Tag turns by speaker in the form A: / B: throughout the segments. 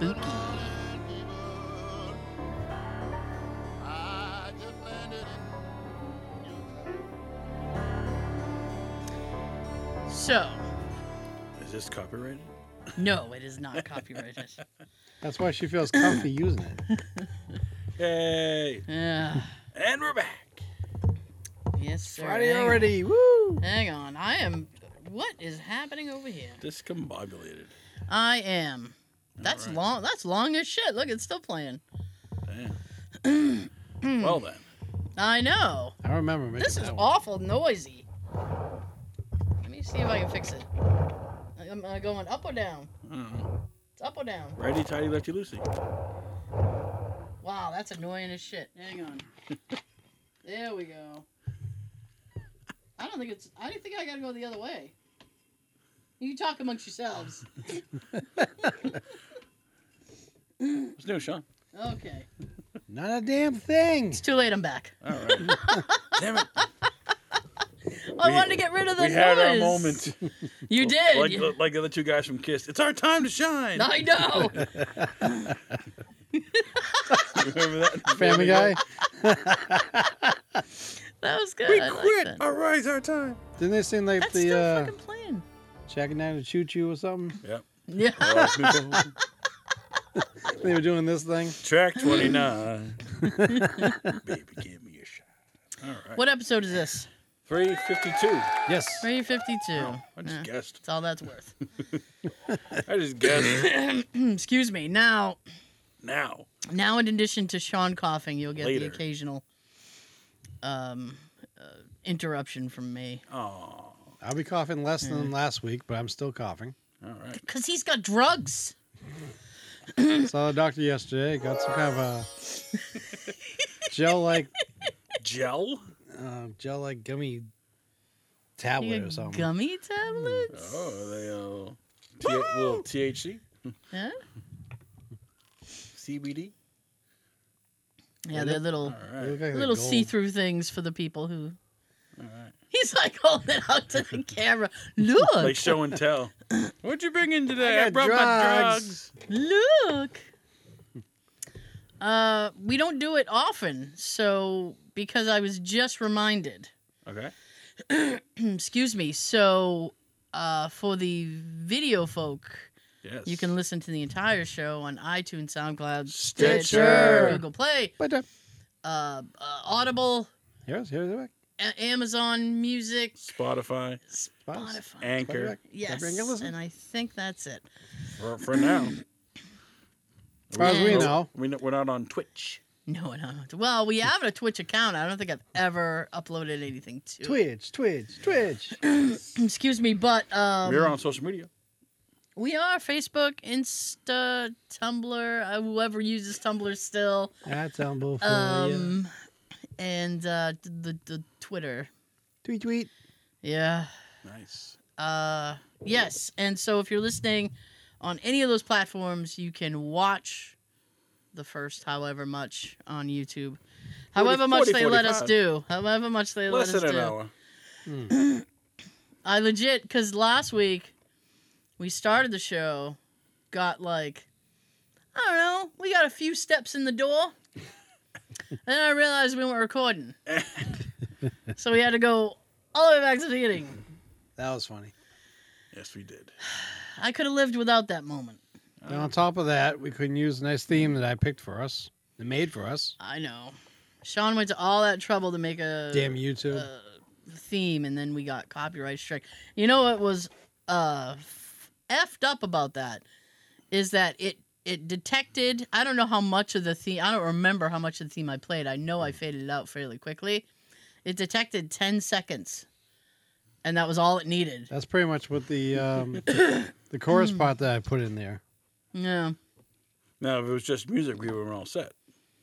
A: spooky. So,
B: Is this copyrighted?
A: no, it is not copyrighted.
C: That's why she feels comfy using it.
B: Yay!
A: Ugh,
B: And we're back.
A: yes, sir.
C: Friday
A: Hang-
C: already. Woo!
A: Hang on. I am. What is happening over here?
B: Discombobulated.
A: I am. That's
B: Alright.
A: long. That's long as shit. Look, it's still playing. Hmm.
B: Damn. well then.
A: I know.
C: I remember making
A: This is
C: that one.
A: awful noisy. Let me see if I can fix it. I- I'm uh, going up or down.
B: I don't know.
A: It's up or down.
B: uh, Righty tighty, lefty loosey.
A: Wow, that's annoying as shit. Hang on. there we go. I don't think it's. I don't think I gotta go the other way. You talk amongst yourselves.
B: What's new, Sean?
A: Okay.
C: Not a damn thing.
A: It's too late. I'm back.
B: All right. Damn it.
A: I
B: We-
A: wanted to get rid of the
B: we
A: noise.
B: had our moment.
A: You did.
B: Like, the- like the other two guys from Kiss. It's our time to shine.
A: I know.
B: Remember that?
C: Family Guy.
A: That was good.
B: We
A: I liked
B: quit.
A: that.
B: All right, it's our time.
C: Didn't they sing like
A: That's
C: the
A: still
C: uh,
A: fucking playing.
C: Jack and Nine Choo Choo or something?
A: Yeah.
B: Uh,
C: They were doing this thing.
B: Track 29. Baby, give me a shot. All right.
A: What episode is this?
B: 352.
C: Yes.
A: 352.
B: Oh, I just
A: Yeah.
B: guessed.
A: That's all that's worth.
B: I just guessed.
A: Excuse me. Now,
B: now.
A: now in addition to Sean coughing, you'll get
B: Later.
A: the occasional um, uh, interruption from me
B: Oh, all
C: I'll be coughing less than last week, but I'm still coughing.
B: right.
A: because he's got drugs.
C: Saw the doctor yesterday. Got some kind of a gel like
B: Gel?
C: uh, gel like gummy tablet
A: You
C: or
A: got
C: something.
A: gummy tablets.
B: Mm. Oh, they uh, th- little THC,
A: Huh?
B: CBD.
A: Yeah, they're little
B: All
C: They look
B: right,
C: like
A: little
C: gold.
A: see-through things for the people who.
B: all right.
A: He's like holding it out to the camera. Look,
B: Like show and tell. What'd you bring in today?
C: I got drugs.
A: Look. Uh, we don't do it often, so because I was just reminded.
B: Okay.
A: Excuse me. So, uh, for the video folk,
B: Yes.
A: you can listen to the entire show on iTunes, SoundCloud,
B: Stitcher.
A: Google Play,
C: But uh,
A: uh, uh, Audible,
C: here's here's the back.
A: A- Amazon Music,
B: Spotify,
A: Spotify.
B: Anchor.
A: Yes,
C: Everyone can listen.
A: and I think that's it.
B: For, for now.
C: As far as we
A: Yeah.
C: know,
B: We, know- we're not on Twitch.
A: No, no, no. Well, we have a Twitch account. I don't think I've ever uploaded anything to it.
C: Twitch, Twitch, Twitch.
A: Excuse me, but um,
B: we're on social media.
A: we are Facebook, Insta, Tumblr, uh, whoever uses Tumblr still,
C: That's humble for
B: Oh,
C: you.
A: um, and uh, the the Twitter.
C: Tweet, tweet.
A: Yeah.
B: Nice.
A: Uh, yes, and so if you're listening on any of those platforms, you can watch the first however much on YouTube, however much
B: 40,
A: they let us
B: 45.
A: do, however much they
B: Less
A: let
B: than
A: us
B: an
A: do.
B: hour.
A: I legit because last week we started the show, got like I don't know, we got a few steps in the door, and then I realized we weren't recording, so we had to go all the way back to the beginning.
C: That was funny.
B: Yes, we did.
A: I could have lived without that moment.
C: And on top of that, we couldn't use a nice theme that I picked for us, that made for us.
A: I know. Sean went to all that trouble to make a
C: Damn YouTube.
A: uh, theme, and then we got copyright strike. You know what was uh, f- effed up about that is that it it detected. I don't know how much of the theme. I don't remember how much of the theme I played. I know I faded it out fairly quickly. It detected ten seconds, and that was all it needed.
C: That's pretty much what the um,
A: Hmm.
C: the chorus part that I put in there.
A: Yeah,
B: Now, if it was just music, we were all set.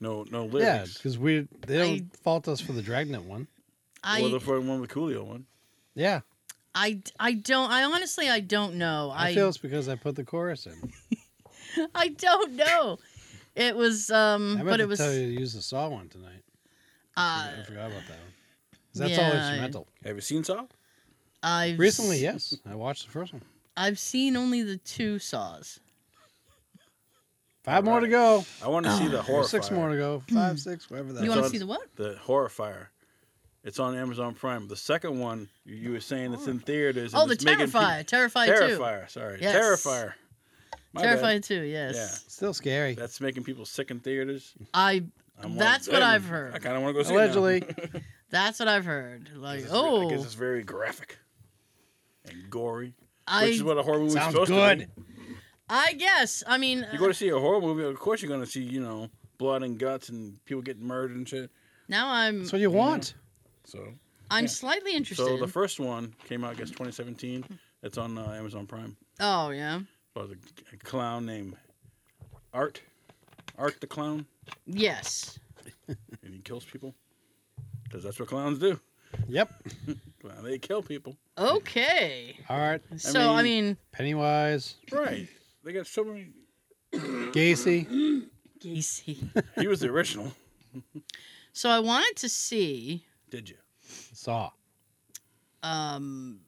B: No, no
C: Yeah,
B: lyrics.
C: because we they don't fault us for the Dragnet one.
A: I
B: Well, the first one with Coolio one.
C: Yeah,
A: I I don't. I honestly I Hmm, don't know.
C: I, feel it's because I put the chorus in.
A: I don't know. It was um,
C: I meant
A: but
C: to
A: it was
C: tell you to use the Saw one tonight.
A: uh,
C: I forgot about that one. 'Cause That's all
A: yeah, I-
C: instrumental.
B: Have you seen Saw?
A: I've
C: Recently, yes, I watched the first one.
A: I've seen only the two saws.
C: Five more to go.
B: I want to see the horror.
C: Six more to go. Five, six, whatever that
A: Hmm. you
C: is.
A: want
B: all-
A: to see the what?
B: The horrifier. It's on Amazon Prime. The second one you, you were saying that's in theaters. and
A: Oh, the
B: it's making people-
A: Terrifier. Terrifier too.
B: Terrifier. Sorry,
A: Yes.
B: Terrifier. My bad.
A: Terrifier too. Yes.
C: Still scary.
B: That's making people sick in theaters.
A: I.
B: I'm one-
A: That's what
B: Damn,
A: I've heard.
B: I kind of want to go see it now.
C: Allegedly.
A: That's what I've heard. Like,
B: It's- I guess
A: oh,
B: it's very graphic and gory, which is
A: I.
B: what a horror movie
C: Sounds
B: supposed
C: good.
B: to be.
A: I guess. I mean,
B: You go to see a horror movie, of course you're going to see, you know, blood and guts and people getting murdered and shit.
A: uh, now I'm.
C: That's what you want.
B: So,
A: I'm
B: yeah.
A: slightly interested.
B: so the first one came out, I guess, 2017. It's on uh, Amazon Prime.
A: oh yeah.
B: About a, a clown named Art, Art the clown,
A: Yes.
B: and he kills people because that's what clowns do.
C: Yep.
B: Clown- They kill people.
A: Okay.
C: All right.
A: So I mean,
C: Pennywise,
B: Right. They got so many.
C: Gacy.
A: Gacy.
B: He was the original.
A: So I wanted to see
B: Did you?
C: Saw.
A: um,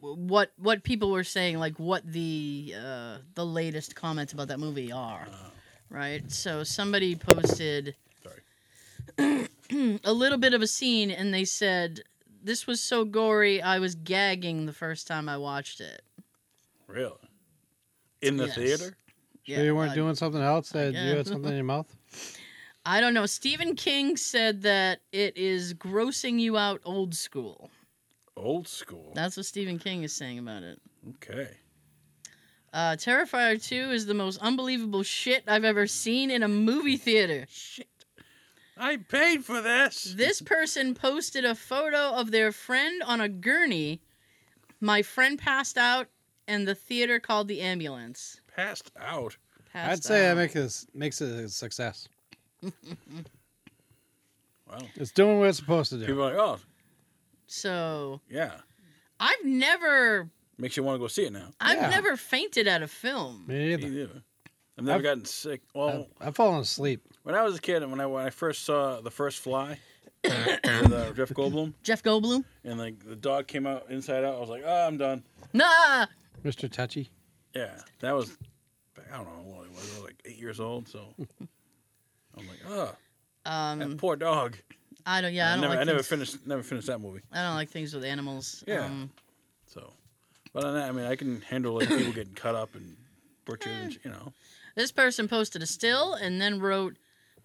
A: w- what what people were saying, like what the uh, the latest comments about that movie are,
B: Uh,
A: right? So somebody posted
B: Sorry.
A: a little bit of a scene, and they said this was so gory, I was gagging the first time I watched it.
B: Really? In the
A: Yes.
B: theater?
C: Sure you weren't
A: uh,
C: doing something else that you
A: guess.
C: had something in your mouth?
A: I don't know. Stephen King said that it is grossing you out old school.
B: Old school.
A: That's what Stephen King is saying about it.
B: Okay.
A: Uh, Terrifier 2 is the most unbelievable shit I've ever seen in a movie theater.
B: Shit. I paid for this.
A: This person posted a photo of their friend on a gurney. My friend passed out, and the theater called the ambulance.
B: passed out.
A: Passed
C: I'd say
A: out.
C: that make this, makes it a success.
B: Wow.
C: It's doing what it's supposed to do.
B: People are like, oh,
A: so.
B: yeah.
A: I've never,
B: Makes you want to go see it now.
A: I've
C: Yeah.
A: never fainted at a film.
C: Me
B: Me
C: neither.
B: neither. I've never
C: I've-
B: gotten sick. Well,
C: I've, I've fallen asleep.
B: when I was a kid and when I, when I first saw The First Fly with uh, Jeff Goldblum,
A: Jeff Goldblum.
B: and like the dog came out inside out, I was like, oh, I'm done.
A: Nah.
C: Mr. Touchy.
B: Yeah, that was. I don't know what it was. I was like eight years old, so I'm like, oh, that
A: Um,
B: poor dog.
A: I don't. Yeah, I don't
B: never,
A: like.
B: I never
A: things-
B: finished. Never finished that movie.
A: I don't like things with animals.
B: Yeah.
A: Um,
B: So, but on that, I mean, I can handle like people getting cut up and butchered.
A: Eh.
B: and, you know,
A: This person posted a still and then wrote,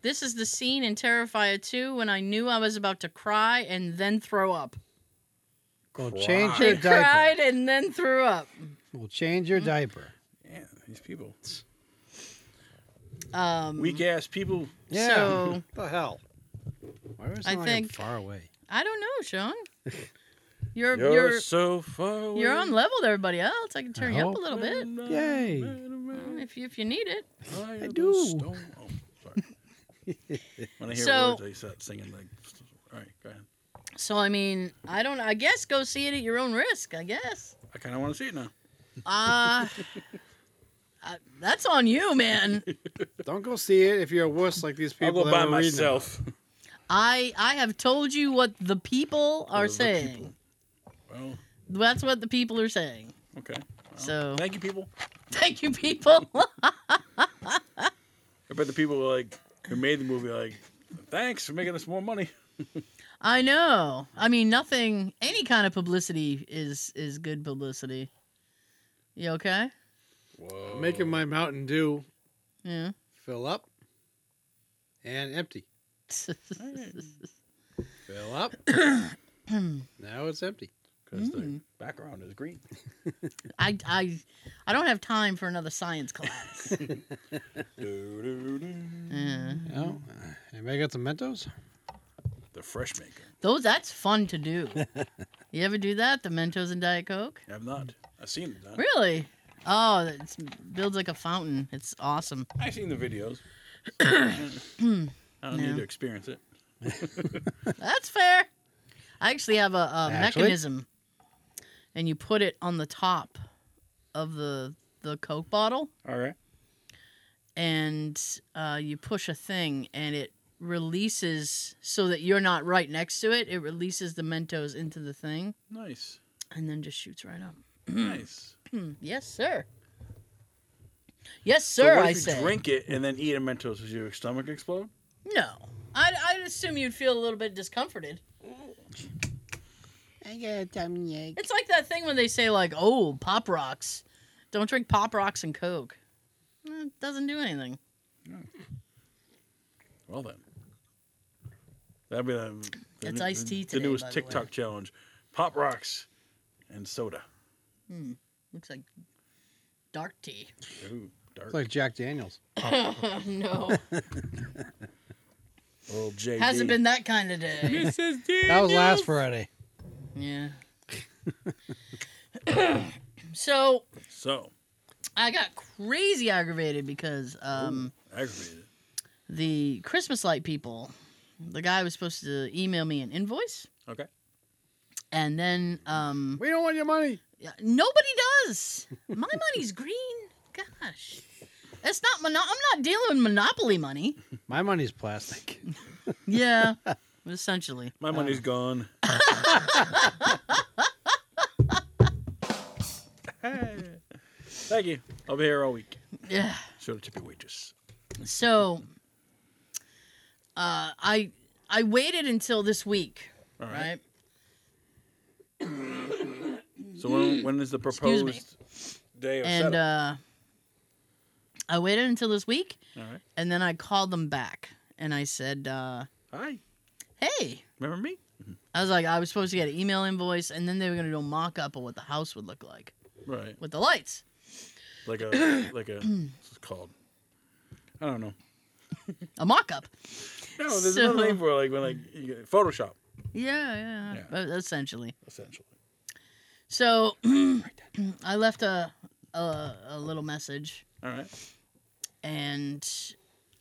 A: "This is the scene in Terrifier 2 when I knew I was about to cry and then throw up.
C: We'll
B: Cry.
C: change
A: They
C: your diaper.
A: cried and then threw up."
C: We'll change your diaper.
B: yeah, these people,
A: Um,
B: weak ass people.
C: Yeah.
A: So-
C: the hell? Why was
A: I
C: I think...
A: think-
C: far away?
A: I don't know, Sean. You're
B: You're,
A: you're
B: so far away.
A: you're on level with everybody else. I can turn
C: I
A: you up
C: hope.
A: a little bit
C: Yay.
A: um, if you if you need it.
B: I
C: do.
B: Oh, sorry. when I hear
A: So-
B: words, I start singing like. All right, go ahead.
A: So I mean, I don't. I guess go see it at your own risk. I guess.
B: I kind of want to see it now.
A: Uh, I, that's on you, man.
C: Don't go see it if you're a wuss like these
B: I'll
C: people.
B: go
C: that
B: by
C: were reading about it.
B: myself.
A: I I have told you what the people are
B: The
A: saying.
B: people. Well,
A: That's what the people are saying.
B: okay. Well,
A: So-
B: thank you, people.
A: Thank you, people.
B: I bet the people like who made the movie are like, thanks for making us more money.
A: I know. I mean, nothing. Any kind of publicity is is good publicity. You okay?
B: Whoa.
C: I'm making my Mountain Dew
A: Yeah.
C: fill up and empty. Fill up. now it's empty.
B: because the
A: Mm.
B: background is green.
A: I I I don't have time for another science class.
B: Do-do-do.
A: yeah.
C: Oh, anybody got some Mentos?
B: the fresh maker.
A: Those that's fun to do. You ever do that? The Mentos and Diet Coke?
B: I've not. I've seen it. done.
A: Really? Oh, it builds like a fountain. It's awesome.
B: I've seen the videos. I don't
A: No.
B: need to experience it.
A: That's fair. I actually have a, a
C: Actually?
A: mechanism, and you put it on the top of the the Coke bottle,
B: All right.
A: and uh, you push a thing, and it releases so that you're not right next to it. It releases the Mentos into the thing,
B: Nice.
A: and then just shoots right up.
B: Nice.
A: Hmm, yes, sir. Yes,
B: So
A: sir.
B: what if
A: I
B: you
A: said.
B: drink it and then eat a Mentos? Does your stomach explode?
A: No, I'd, I'd assume you'd feel a little bit discomforted.
C: I got a tummy ache.
A: It's like that thing when they say like, "Oh, pop rocks, don't drink pop rocks and Coke." Eh, It doesn't do anything.
B: Well then, that'd be the, the
A: That's
B: new-
A: iced tea
B: the
A: today,
B: newest
A: by the way.
B: TikTok challenge: pop rocks and soda.
A: Hmm. Looks like dark tea.
B: Ooh, dark.
C: It's like Jack Daniels.
B: Oh.
A: no,
B: Old JD.
A: hasn't been that kind of day.
C: That was last Friday.
A: yeah. so
B: so
A: I got crazy aggravated because um,
B: aggravated.
A: the Christmas light people, the guy was supposed to email me an invoice,
B: Okay.
A: and then um,
C: We don't want your money.
A: Yeah, Nobody does. My money's green. Gosh, that's not mono- I'm not dealing with monopoly money.
C: My money's plastic.
A: Yeah, essentially.
B: My money's gone. Thank you. I'll be here all week.
A: Yeah.
B: Show the tippy waitress.
A: So, uh, I I waited until this week,
B: All right.
A: right?
B: So when, when is the
A: Excuse me.
B: proposed day of
A: And
B: setup?
A: uh, I waited until this week,
B: all right.
A: and then I called them back, and I said, uh,
B: Hi.
A: "Hey."
B: Remember me?
A: I was like, I was supposed to get an email invoice, and then they were gonna do a mock-up of what the house would look like
B: Right.
A: with the lights.
B: Like a like a what's it called? I don't know.
A: A mock-up.
B: No, there's
A: So-
B: another name for it, like when like you get Photoshop
A: Yeah, yeah,
B: Yeah.
A: but essentially.
B: essentially.
A: So I left a, a a little message,
B: All right.
A: and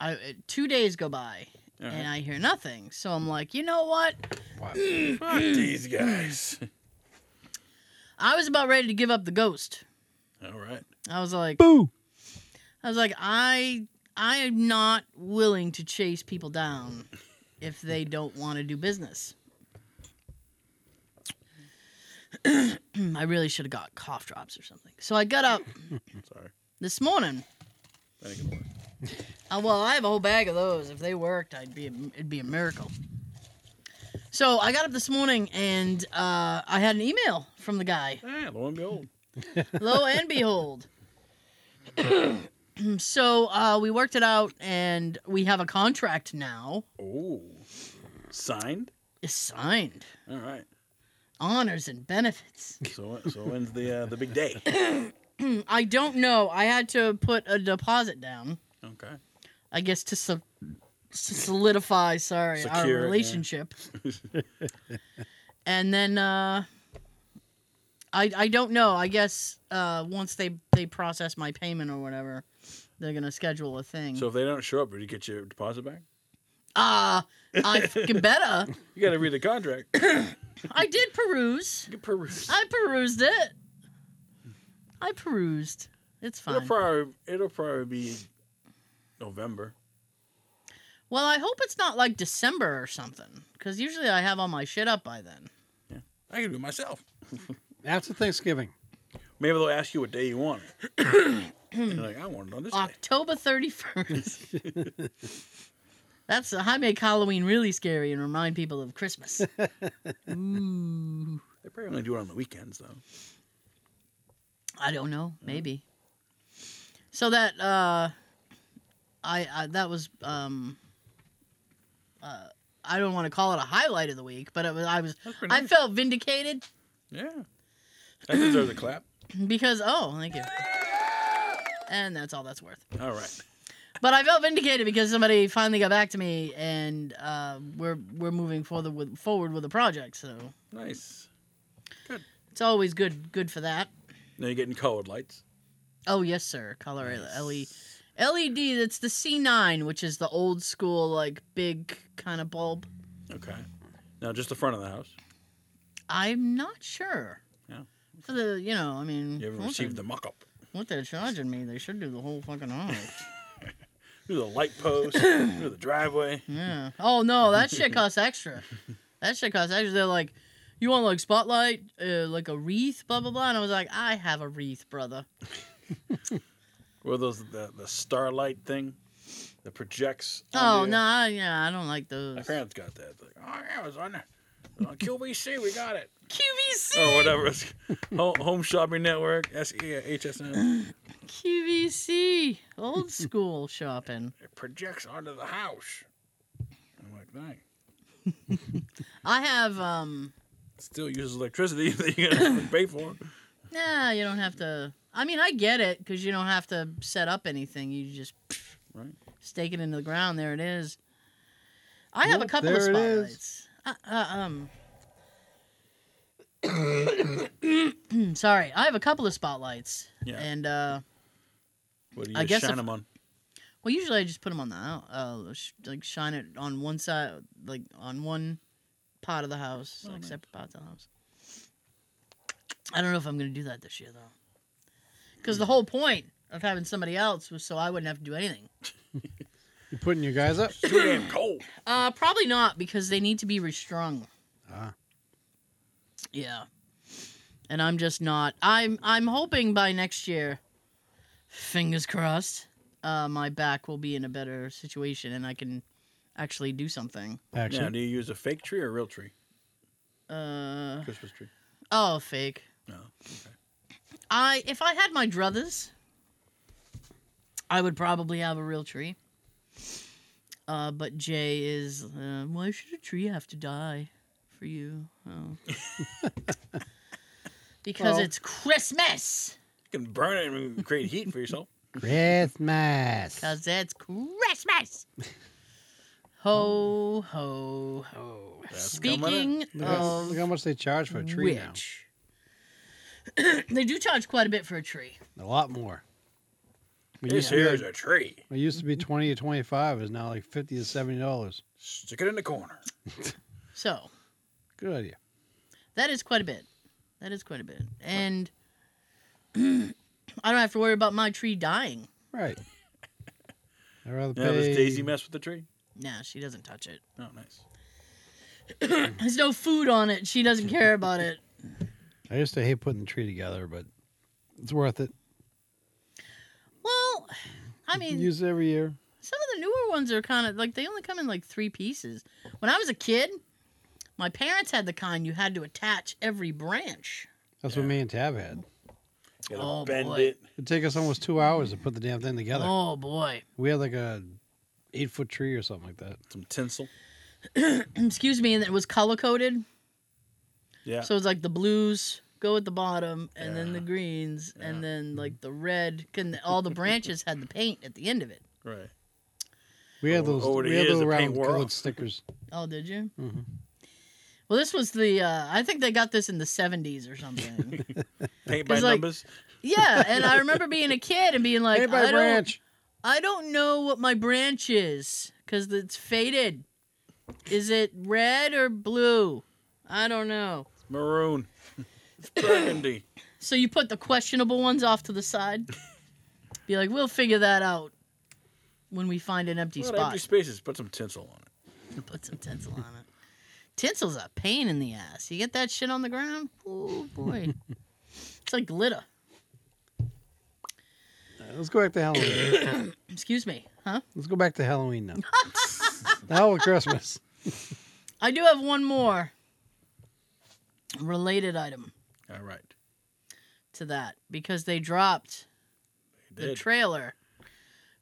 A: I two days go by,
B: All
A: and
B: right.
A: I hear nothing. So I'm like, you know what?
B: Fuck these guys.
A: I was about ready to give up the ghost.
B: All right.
A: I was like,
C: Boo.
A: I was like, I I am not willing to chase people down if they don't want to do business. I really should have got cough drops or something. So I got up
B: I'm sorry.
A: this morning
B: That ain't gonna work.
A: Uh, well, I have a whole bag of those. If they worked, I'd be a, it'd be a miracle. So I got up this morning and uh, I had an email from the guy.
B: Ah, lo and behold.
A: Lo and behold. so uh, we worked it out and we have a contract now.
B: Oh. Signed?
A: It's signed.
B: All right.
A: Honors and benefits. Mm,
B: So so when's the uh, the big day?
A: I don't know. I had to put a deposit down,
B: Okay.
A: I guess, to so- to solidify, sorry, our
B: Secure, yeah.
A: relationship. and then uh I I don't know. I guess uh once they they process my payment or whatever, they're gonna schedule a thing.
B: so if they don't show up, do you get your deposit back?
A: Ah, I fucking better.
B: You got to read the contract.
A: I did peruse.
B: You peruse.
A: I perused it. I perused. It's
B: It'll
A: fine.
B: probably it'll probably be November.
A: Well, I hope it's not like December or something, because usually I have all my shit up by then.
B: I can do it myself.
C: After Thanksgiving.
B: Maybe they'll ask you what day you want. it. and you're like, I want it on this day.
A: October 31st. That's I make Halloween really scary and remind people of Christmas. Ooh.
B: They probably only do it on the weekends though.
A: I don't know, maybe. So that uh I, I that was um uh I don't want to call it a highlight of the week, but it was I was
B: That's pretty
A: I
B: nice.
A: felt vindicated
B: yeah. That deserves a clap.
A: because oh, thank you. And that's all that's worth.
B: All right.
A: But I felt vindicated because somebody finally got back to me, and uh, we're we're moving forward with forward with the project. So
B: Nice.
A: it's always good good for that.
B: Now you're getting colored lights.
A: Oh yes, sir. Color E, LED. LED. That's the C9, which is the old school like big kind of bulb.
B: Okay. Now just the front of the house.
A: I'm not sure.
B: Yeah.
A: For the you know, I mean,
B: You
A: for
B: haven't
A: what
B: received the
A: they're-
B: mock up.
A: What they're charging me, they should do the whole fucking house.
B: Do the light post, do the driveway.
A: yeah. Oh no, that shit costs extra. That shit costs extra. They're like, you want like spotlight, uh, like a wreath, blah blah blah. And I was like, I have a wreath, brother.
B: Or those the, the starlight thing that projects.
A: Oh
B: on you.
A: no, I, yeah, I don't like those.
B: My parents got that. They're like, oh yeah, it was on, it was on QVC. We got it.
A: QVC.
B: or whatever. It's home, home Shopping Network, S E HSN.
A: QVC. Old school shopping.
B: It projects onto the house. I'm like, dang.
A: I have um.
B: It still uses electricity that you gotta pay for.
A: Nah, you don't have to. I mean, I get it because you don't have to set up anything. You just
B: Right.
A: stake it into the ground. There it is. I have a
C: Yep,
A: couple of
C: there it is.
A: spotlights. Uh, uh, um. Sorry, I have a couple of spotlights,
B: Yeah.
A: and uh,
B: What do you
A: I guess
B: shine
A: if-
B: them on?
A: well, usually I just put them on the out, uh, sh- like shine it on one side, like on one part of the house,
B: Oh,
A: like
B: nice.
A: separate parts of the house. I don't know if I'm gonna do that this year though, because the whole point of having somebody else was so I wouldn't have to do anything.
C: You putting you guys up?
B: It's too damn cold.
A: Uh, probably not because they need to be restrung.
C: Ah.
A: Yeah. And I'm just not. I'm I'm hoping by next year, fingers crossed, uh, my back will be in a better situation and I can actually do something.
B: Now,
C: Action.
B: do you use a fake tree or a real tree?
A: Uh,
B: Christmas tree.
A: oh, fake.
B: No.
A: I if I had my druthers, I would probably have a real tree. Uh, but Jay is uh, why should a tree have to die for you? Oh. because
C: Well-
A: it's Christmas.
B: You can burn it and create heat for yourself.
C: Christmas.
A: Cause it's Christmas. Ho ho ho.
B: That's coming
A: Speaking
C: Look, how,
A: of
C: look how much they charge for a tree
A: which, they do charge quite a bit for a tree.
C: now. A lot more. We
B: This
C: used, to be
B: here
C: like,
B: is a tree.
C: it used to be twenty to twenty five. Is now like fifty to seventy dollars.
B: Stick it in the corner.
A: So
C: Good idea.
A: That is quite a bit. That is quite a bit. And I don't have to worry about my tree dying.
C: Right. I'd rather
B: Yeah,
C: pay.
B: does Daisy mess with the tree?
A: Nah, she doesn't touch it.
B: Oh, nice.
A: There's no food on it. She doesn't care about it.
C: I used to hate putting the tree together, but it's worth it.
A: Well, I mean,
C: Use it every year.
A: some of the newer ones are kind of like they only come in like three pieces. When I was a kid, my parents had the kind you had to attach every branch.
C: That's
B: Yeah.
C: what me and Tab had.
B: You gotta
A: Oh,
B: bend
A: boy.
B: it.
C: It'd take us almost two hours to put the damn thing together.
A: Oh boy.
C: We had like a eight foot tree or something like that.
B: Some tinsel.
A: Excuse me, and it was color coded.
B: Yeah.
A: So it's like the blues go at the bottom, and then
B: Yeah.
A: the greens,
B: Yeah. Mm-hmm.
A: and then like the red. Can all the branches had the paint at the end of it?
B: right.
C: We had
B: Over-
C: those.
B: over the
C: we had
B: years,
C: little
B: the paint
C: round
B: wore
C: colored
B: off.
C: stickers.
A: Oh, did you?
C: hmm
A: Well, this was the. Uh, I think they got this in the '70s or something.
B: Paint by
A: 'Cause, like,
B: numbers.
A: yeah, and I remember being a kid and being like,
C: hey,
A: I
C: by
A: don't,
C: branch.
A: I don't know what my branch is because it's faded. Is it red or blue? I don't know.
B: Maroon. It's burgundy.
A: So you put the questionable ones off to the side. Be like, we'll figure that out when we find an empty
B: Well,
A: spot.
B: empty spaces. Put some tinsel on it.
A: Put some tinsel on it. Tinsel's a pain in the ass. You get that shit on the ground? Oh boy. it's like glitter.
C: Uh, Let's go back to Halloween.
A: Excuse me. Huh?
C: Let's go back to Halloween now. now with Christmas.
A: I do have one more related item
B: All right.
A: to that because they dropped
B: They
A: the
B: did.
A: trailer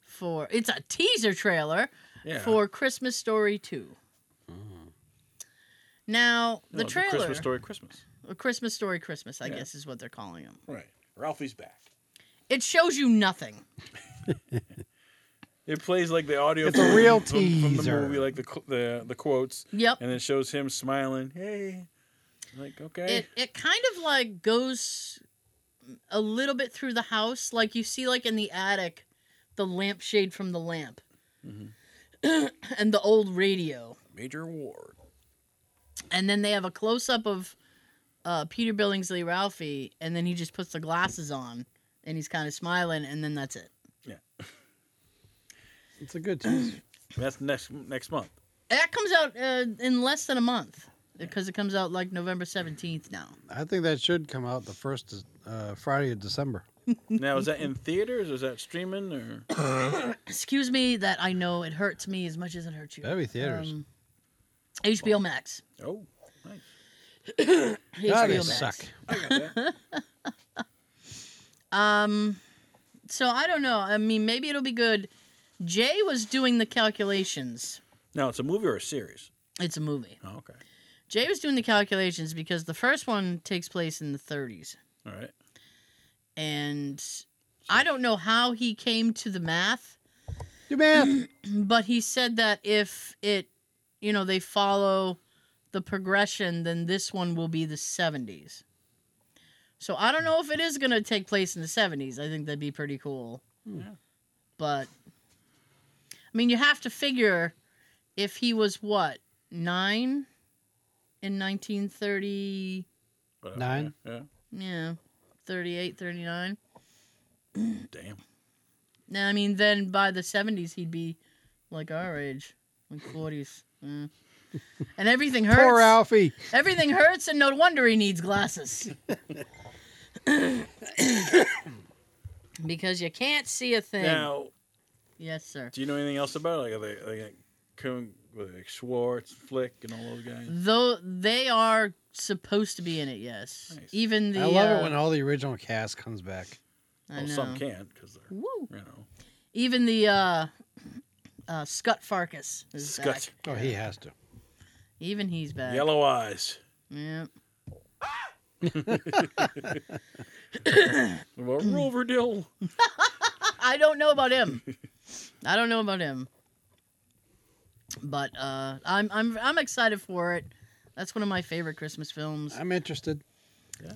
A: for it's a teaser trailer
B: yeah.
A: for Christmas Story 2. Mm. Now,
B: No,
A: the
B: it's a
A: trailer,
B: Oh, Christmas story. Christmas.
A: a Christmas Story Christmas, I
B: Yeah.
A: guess is what they're calling them.
B: Right. Ralphie's back.
A: It shows you nothing.
B: It plays like the audio.
C: It's a real
B: from, from the
C: teaser.
B: movie, like the cl- the the quotes,
A: Yep.
B: and it shows him smiling. Hey, like okay,
A: it it kind of like goes a little bit through the house like you see like in the attic the lampshade from the lamp
B: Mhm.
A: and the old radio
B: Major Ward.
A: and then they have a close up of uh, peter billingsley ralphie and then he just puts the glasses on and he's kind of smiling and then that's it
C: It's a good tease.
B: That's next next month.
A: that comes out uh, in less than a month because it comes out like november 17th now
C: I think that should come out the first uh, Friday of December.
B: Now is that in theaters? Or is that streaming? Or
A: Excuse me that I know it hurts me as much as it hurts you.
C: That'd be theaters.
A: Um, HBO Max.
B: oh, nice.
C: God, they
A: HBO Max.
C: suck.
B: I got that.
A: Um, so I don't know. I mean, maybe it'll be good. Jay was doing the calculations.
B: now it's a movie or a series.
A: It's a movie.
B: Oh, okay.
A: Jay was doing the calculations because the first one takes place in the 30s.
B: All right.
A: And I don't know how he came to the math,
C: Do math.
A: but he said that if it, you know, they follow the progression, then this one will be the 70s. So I don't know if it is going to take place in the 70s. I think that'd be pretty cool.
B: Yeah.
A: But I mean, you have to figure if he was what, 9 in 1930
B: But, uh,
C: Nine?
B: Yeah.
A: Yeah, 38, 39.
B: yeah. Damn.
A: Now, I mean, then by the 70s, he'd be like our age, like 40s. Mm. And everything hurts.
C: Poor Alfie.
A: Everything hurts, and no wonder he needs glasses. because you can't see a thing.
B: Now,
A: Yes, sir.
B: do you know anything else about it? Like, are they, are they like, Coen- were they like Schwartz, Flick, and all those guys?
A: Though they are supposed to be in it, yes.
B: Nice.
A: Even the.
C: I love it
A: uh,
C: when all the original cast comes back.
A: I
B: well,
A: know.
B: Oh, some can't because they're,
A: Woo.
B: you know,
A: Even the uh, uh, Scut Farkas is back.
B: Scott,
C: Oh, he has to.
A: Even he's back.
B: yellow eyes.
A: Yeah.
B: Well, Roverdale.
A: I don't know about him. I don't know about him. But uh, I'm I'm I'm excited for it. That's one of my favorite Christmas films.
C: I'm interested.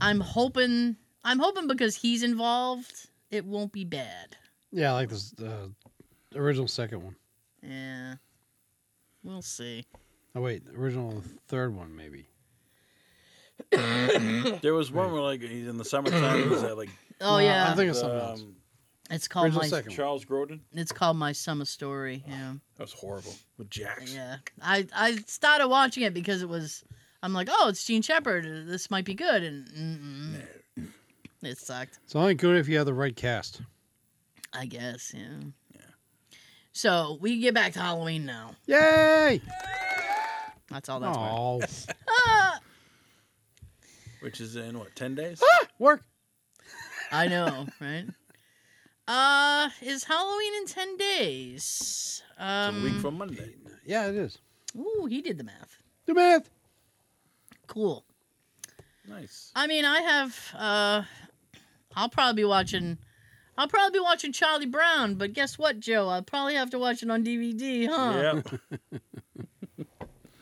A: I'm hoping I'm hoping because he's involved, it won't be bad.
C: Yeah, I like this uh, original second one.
A: Yeah. We'll see.
C: Oh wait, the original third one maybe.
B: There was one where like he's in the summertime. Is that like
A: Oh
C: No,
A: yeah.
C: I think it's something else.
B: um,
A: it's called
C: original
A: my
C: second.
B: Charles Grodin?
A: it's called my summer story. Yeah.
B: That was horrible with Jax.
A: Yeah. I I started watching it because it was I'm like, "Oh, it's Gene Shepard. This might be good." And mm-mm,
B: Yeah.
A: it sucked.
C: It's only good if you have the right cast.
A: I guess, yeah.
B: Yeah.
A: So we get back to Halloween now.
C: Yay!
A: That's all that's worth.
C: Oh,
A: Ah,
B: Which is in what, 10 days?
C: work.
A: I know, right? Uh, is Halloween in ten days? Um,
B: it's a week from Monday.
C: Yeah, it is.
A: Ooh, he did the math.
C: Do math.
A: Cool.
B: Nice.
A: I mean, I have. Uh, I'll probably be watching. I'll probably be watching Charlie Brown, but guess what, Joe? I'll probably have to watch it on DVD, huh?
C: Uh.
B: Yep.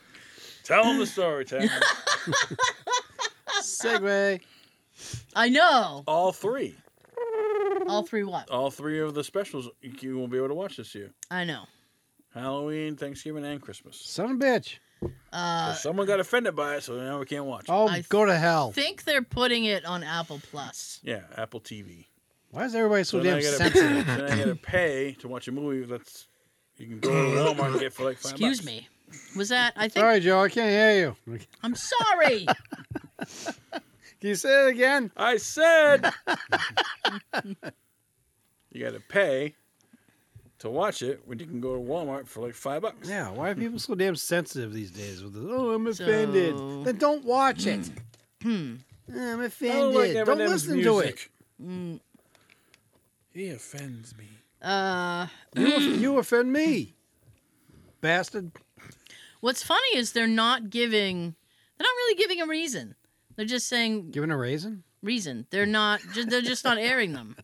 B: Tell him the story, Tanner.
C: Segway.
A: I know.
B: All three.
A: All three what?
B: All three of the specials you- you won't be able to watch this year.
A: I know.
B: Halloween, Thanksgiving, and Christmas.
C: Son of a bitch.
A: Uh,
B: Someone got offended by it, so now we can't watch it.
C: Oh,
A: I
C: go to hell.
A: think they're putting it on Apple Plus.
B: Yeah, Apple TV.
C: Why is everybody so, damn
B: I gotta,
C: sensitive?
B: so now I gotta pay to watch a movie that's you can go to Walmart and get for like five
A: Excuse
B: bucks.
A: me. Was that? I think.
C: Sorry, Joe, I can't hear you. Can
A: I'm sorry.
C: you say it again?
B: I said you got to pay to watch it when you can go to Walmart for like five bucks.
C: Yeah, why are people so damn sensitive these days? With the, oh, I'm
A: So-
C: offended. Then don't watch it.
A: Hmm.
C: I'm
B: I
C: offended.
B: like
C: Don't,
B: Eminem's
C: listen
B: music.
A: Mm,
B: He offends me.
A: uh,
C: to it. You, you offend me, bastard.
A: what's funny is they're not giving. They're not really giving a reason. They're just saying
C: Giving a raisin?
A: reason. They're not. Just, they're just not airing them.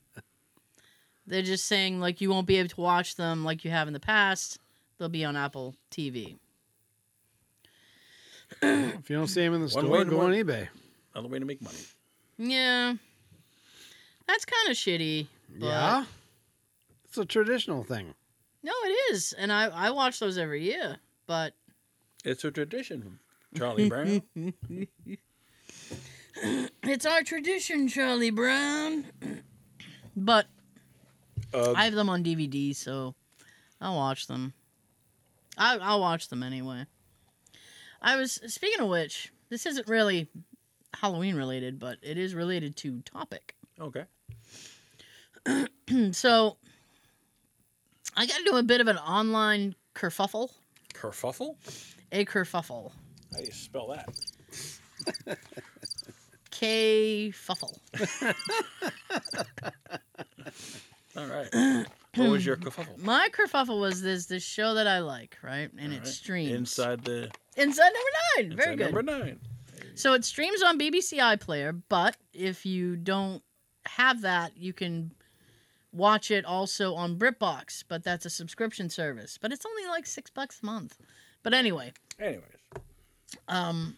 A: They're just saying like you won't be able to watch them like you have in the past. They'll be on Apple TV.
C: If you don't see him in the
B: One
C: store,
B: way to
C: go on
B: one.
C: eBay.
B: Another way to make money.
A: Yeah. That's kind of shitty. But
C: Yeah, it's a traditional thing.
A: No, it is, and I I watch those every year, but
B: It's a tradition. Charlie Brown.
A: it's our tradition, Charlie Brown. but
B: Uh,
A: I have them on DVD, so I'll watch them. I, I'll watch them anyway. I was speaking of which, this isn't really Halloween related, but it is related to topic. Hmm,
B: okay.
A: so I got into a bit of an online kerfuffle.
B: Kerfuffle?
A: A kerfuffle.
B: How do you spell that?
A: K fuffle.
B: All right. what was your kerfuffle?
A: My kerfuffle was this this show that I like, right? And
B: All
A: it
B: right.
A: streams
B: Inside the
A: Inside number nine.
B: inside
A: Very good.
B: number nine.
A: So it streams on BBC iPlayer, but if you don't have that, you can watch it also on BritBox, but that's a subscription service. But it's only like six bucks a month. But anyway,
B: Anyways,
A: um,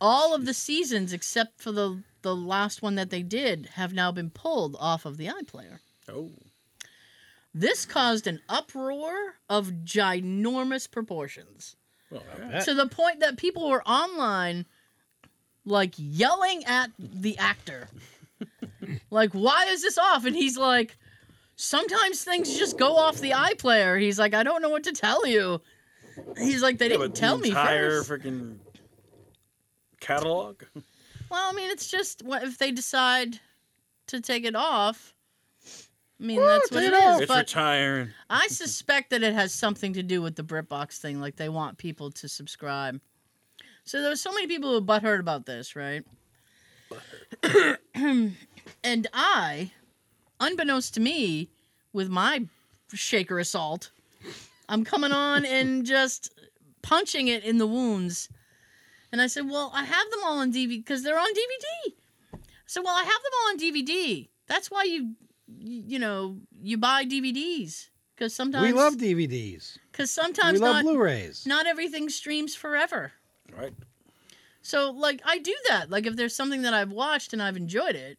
A: all of the seasons except for the the last one that they did have now been pulled off of the iPlayer.
B: oh,
A: This caused an uproar of ginormous proportions.
B: well,
C: I
B: yeah.
C: bet.
A: to the point that people were online like yelling at the actor like why is this off and he's like sometimes things just go off the iplayer he's like i don't know what to tell you he's like they
B: Yeah,
A: didn't
B: but
A: tell
B: the
A: me
B: entire
A: first.
B: freaking catalog.
A: well i mean it's just what if they decide to take it off i mean that's what it
C: take it
A: is
B: It's
A: Oh, but
B: retiring.
A: I suspect that it has something to do with the BritBox thing. Like they want people to subscribe. So there was so many people who were butthurt about this, right? and I, unbeknownst to me, with my shaker assault, I'm coming on and just punching it in the wounds. And I said, "Well, I have them all on DVD because they're on DVD." So, well, I have them all on DVD. That's why you, you you know, you buy DVDs because sometimes
C: We love DVDs.
A: because sometimes
C: we love
A: not
C: Blu-rays.
A: not everything streams forever.
B: Right.
A: So like I do that. Like if there's something that I've watched and I've enjoyed it,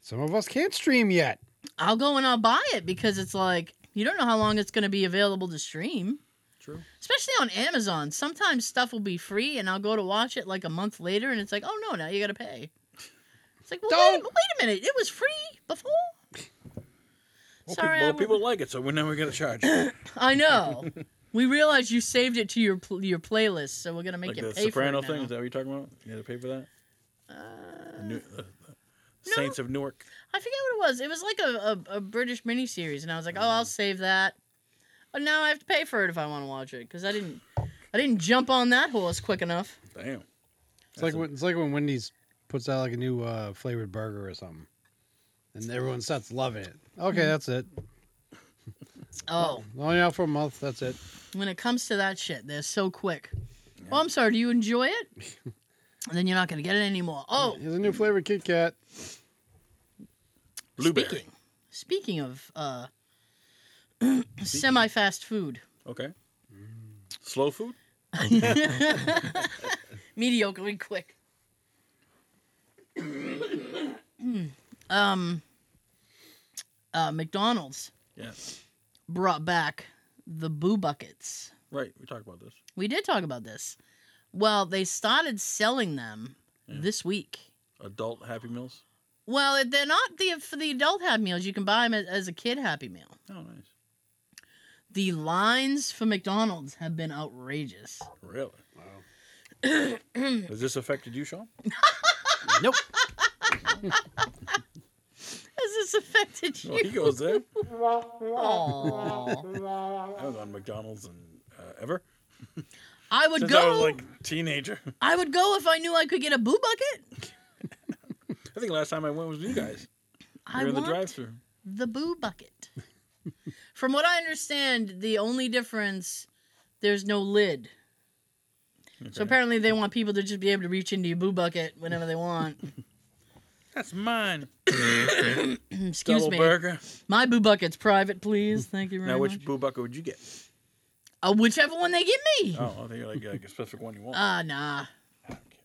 C: Some of us can't stream yet.
A: I'll go and I'll buy it because it's like you don't know how long it's going to be available to stream.
B: True.
A: Especially on Amazon, sometimes stuff will be free and I'll go to watch it like a month later and it's like, "Oh no, now you got to pay." It's like, "Well, wait, a-
C: Don't-
A: wait a minute. It was free before?"
B: Well,
A: Sorry, I
B: people, well,
A: w-
B: people like it, so we're never gonna charge. it.
A: I know. we realize you saved it to your pl- your playlist, so we're going to make
B: like
A: you
B: the
A: pay
B: Soprano
A: for it.
B: thing.
A: now.
B: Is that what you're talking about? You had to pay for that.
A: Uh,
B: New, uh, Saints of Newark.
A: I forget what it was. It was like a, a, a British miniseries, and I was like, oh, I'll save that. But now I have to pay for it if I want to watch it because I didn't, I didn't jump on that horse quick enough.
B: Damn.
C: It's like
B: That's a-
C: when, it's like when Wendy's puts out like a new uh, flavored burger or something, and everyone starts loving it. Okay, that's it.
A: Oh,
C: Only out for a month. That's it.
A: when it comes to that shit, they're so quick.
B: Yeah.
A: Well, I'm sorry. Do you enjoy it? and then you're not gonna get it anymore. Oh,
C: here's a new flavored Kit Kat.
B: Blueberry.
A: Speaking, speaking of uh, semi-fast food,
B: Okay. Mm. Slow food.
A: mediocrely quick. um, uh, McDonald's
B: Yeah.
A: brought back the Boo Buckets.
B: Right. We talked about this.
A: We did talk about this. Well, they started selling them
B: Yeah.
A: this week.
B: Adult Happy Meals.
A: Well, they're not the for the adult Happy Meals. You can buy them as, as a kid Happy Meal.
B: Oh, nice.
A: The lines for McDonald's have been outrageous.
B: Really? Has this affected you, Sean?
C: nope.
A: Has this affected
B: Well, he
A: you?
B: goes there.
A: Aw.
B: I haven't gone to McDonald's in, uh, ever
A: I would
B: since
A: go.
B: I was like a teenager.
A: I would go if I knew I could get a boo bucket.
B: I think last time I went was with you guys. We
A: I
B: were in the
A: want
B: drive-through.
A: the boo bucket. From what I understand, the only difference there's no lid. So
B: Okay.
A: apparently they want people to just be able to reach into your boo bucket whenever they want. Mm,
B: that's mine.
A: Excuse
B: Double
A: me.
B: burger.
A: My boo bucket's private, please. Thank you very
B: Now,
A: much.
B: which boo bucket would you get?
A: Uh, whichever one they give me.
B: Oh, I think you're like, like a specific one you want.
A: Ah, nah.
B: I don't care.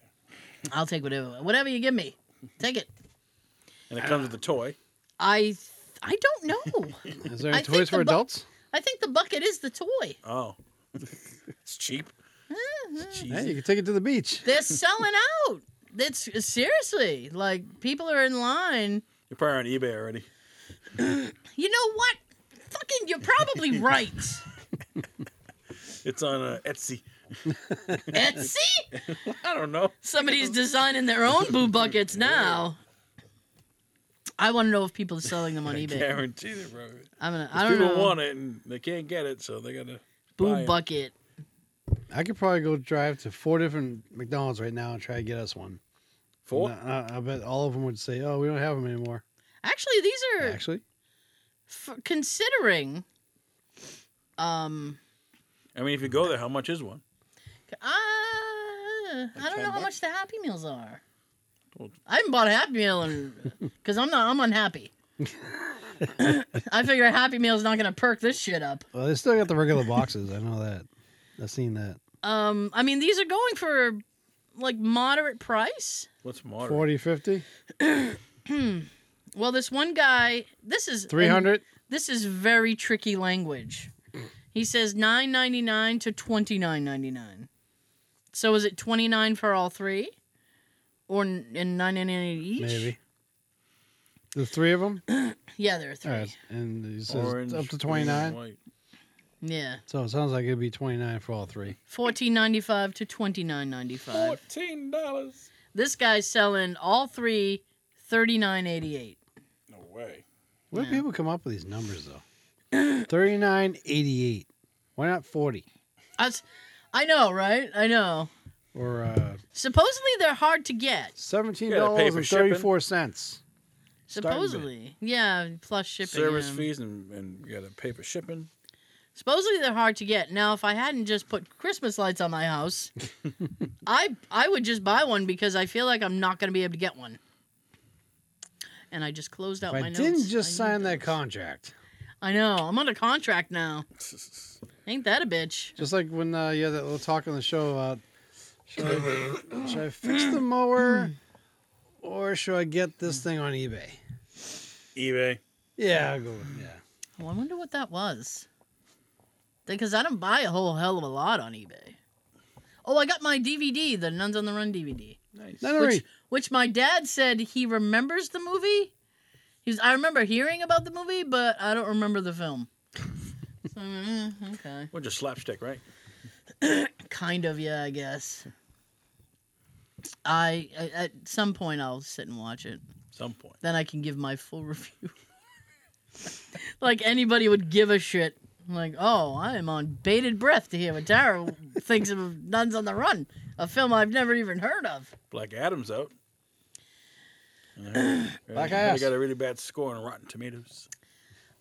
A: I'll take whatever. Whatever you give me. Take it.
B: And it comes
A: uh.
B: with a toy.
A: I th- I don't know.
C: Is there
A: I
C: any
A: think
C: toys
A: the
C: for
A: bu-
C: adults?
A: I think the bucket is the toy. Uh-huh.
B: Oh, it's cheap.
A: Uh,
B: It's
C: Hey, you
B: cheesy.
C: can take it to the beach.
A: They're selling out. That's seriously like people are in line.
B: You're probably on eBay already.
A: You know what? Fucking, you're probably right.
B: It's on uh, Etsy.
A: Etsy.
B: I don't know.
A: Somebody's designing their own boo buckets now. I want to know if people are selling them on
B: I
A: eBay.
B: guarantee they're broke.
A: I'm gonna. I
B: I
A: don't
B: people
A: know.
B: want it and they can't get it, so they gotta.
A: Boo
B: buy 'em.
A: bucket.
C: I could probably go drive to four different McDonald's right now and try to get us one.
B: Four?
C: And I, I- I bet all of them would say, "Oh, we don't have them anymore."
A: Actually, these are
C: Actually,
A: f- considering. Um,
B: I mean, if you go there, how much is one?
A: uh, I
B: Like
A: don't
B: 10
A: know how much
B: bucks?
A: the Happy Meals are.
B: Well-
A: I haven't bought a Happy Meal because I'm not. I'm unhappy. I figure a Happy Meal's not gonna perk this shit up.
C: well, they still got the regular boxes. I know that. I've seen that.
A: Um, I mean, these are going for like moderate price.
B: What's moderate?
C: 40, 50,
A: Well, this one guy, this is and
C: 300.
A: This is very tricky language. He says nine ninety nine to twenty nine ninety nine. So is it twenty nine for all three, or n- and nine ninety nine each?
C: Maybe. The three of them?
A: Yeah, there are three.
C: All right. And it says
B: Orange,
C: up to
B: green,
C: 29.
B: white.
A: Yeah,
C: So it sounds like it'd be 29 for all three.
A: fourteen ninety five to twenty nine ninety five.
B: Fourteen dollars.
A: This guy's selling all three thirty nine eighty eight.
B: No way.
C: Where do
A: Yeah.
C: people come up with these numbers, though? 3988. Why not 40?
A: That's, I know, right? I know.
C: Or uh,
A: Supposedly they're hard to get.
C: $17.34. Starting bid.
A: Supposedly, yeah, plus shipping.
B: Service
C: um,
A: yeah.
B: fees and, and you gotta pay for shipping.
A: Supposedly they're hard to get. Now, if I hadn't just put Christmas lights on my house, I I would just buy one because I feel like I'm not going to be able to get one. And I just closed out
C: If
A: Oh, my
C: I
A: notes.
C: didn't just
A: I need
C: sign that
A: those.
C: contract.
A: I know. I'm under contract now. Ain't that a bitch?
C: Just like when uh, you had that little talk on the show about should I, should I fix the mower or should I get this thing on eBay?
B: eBay.
C: Yeah, I'll go with yeah.
A: Well, I wonder what that was. Because I don't buy a whole hell of a lot on eBay. Oh, I got my DVD, the Nuns on the Run DVD.
B: Nice.
C: Not only
A: Which, which my dad said he remembers the movie. He was, I remember hearing about the movie, but I don't remember the film. so, eh, okay.
B: Well, just slapstick, right?
A: Kind of, yeah, I guess. I, I at some point I'll sit and watch it.
B: Some point.
A: Then I can give my full review. like anybody would give a shit. Like, oh, I am on bated breath to hear what Tara thinks of Nuns on the Run, a film I've never even heard of.
B: Black Adam's out. And I heard- I
C: Black
B: heard he
C: ass.
B: got a really bad score on Rotten Tomatoes.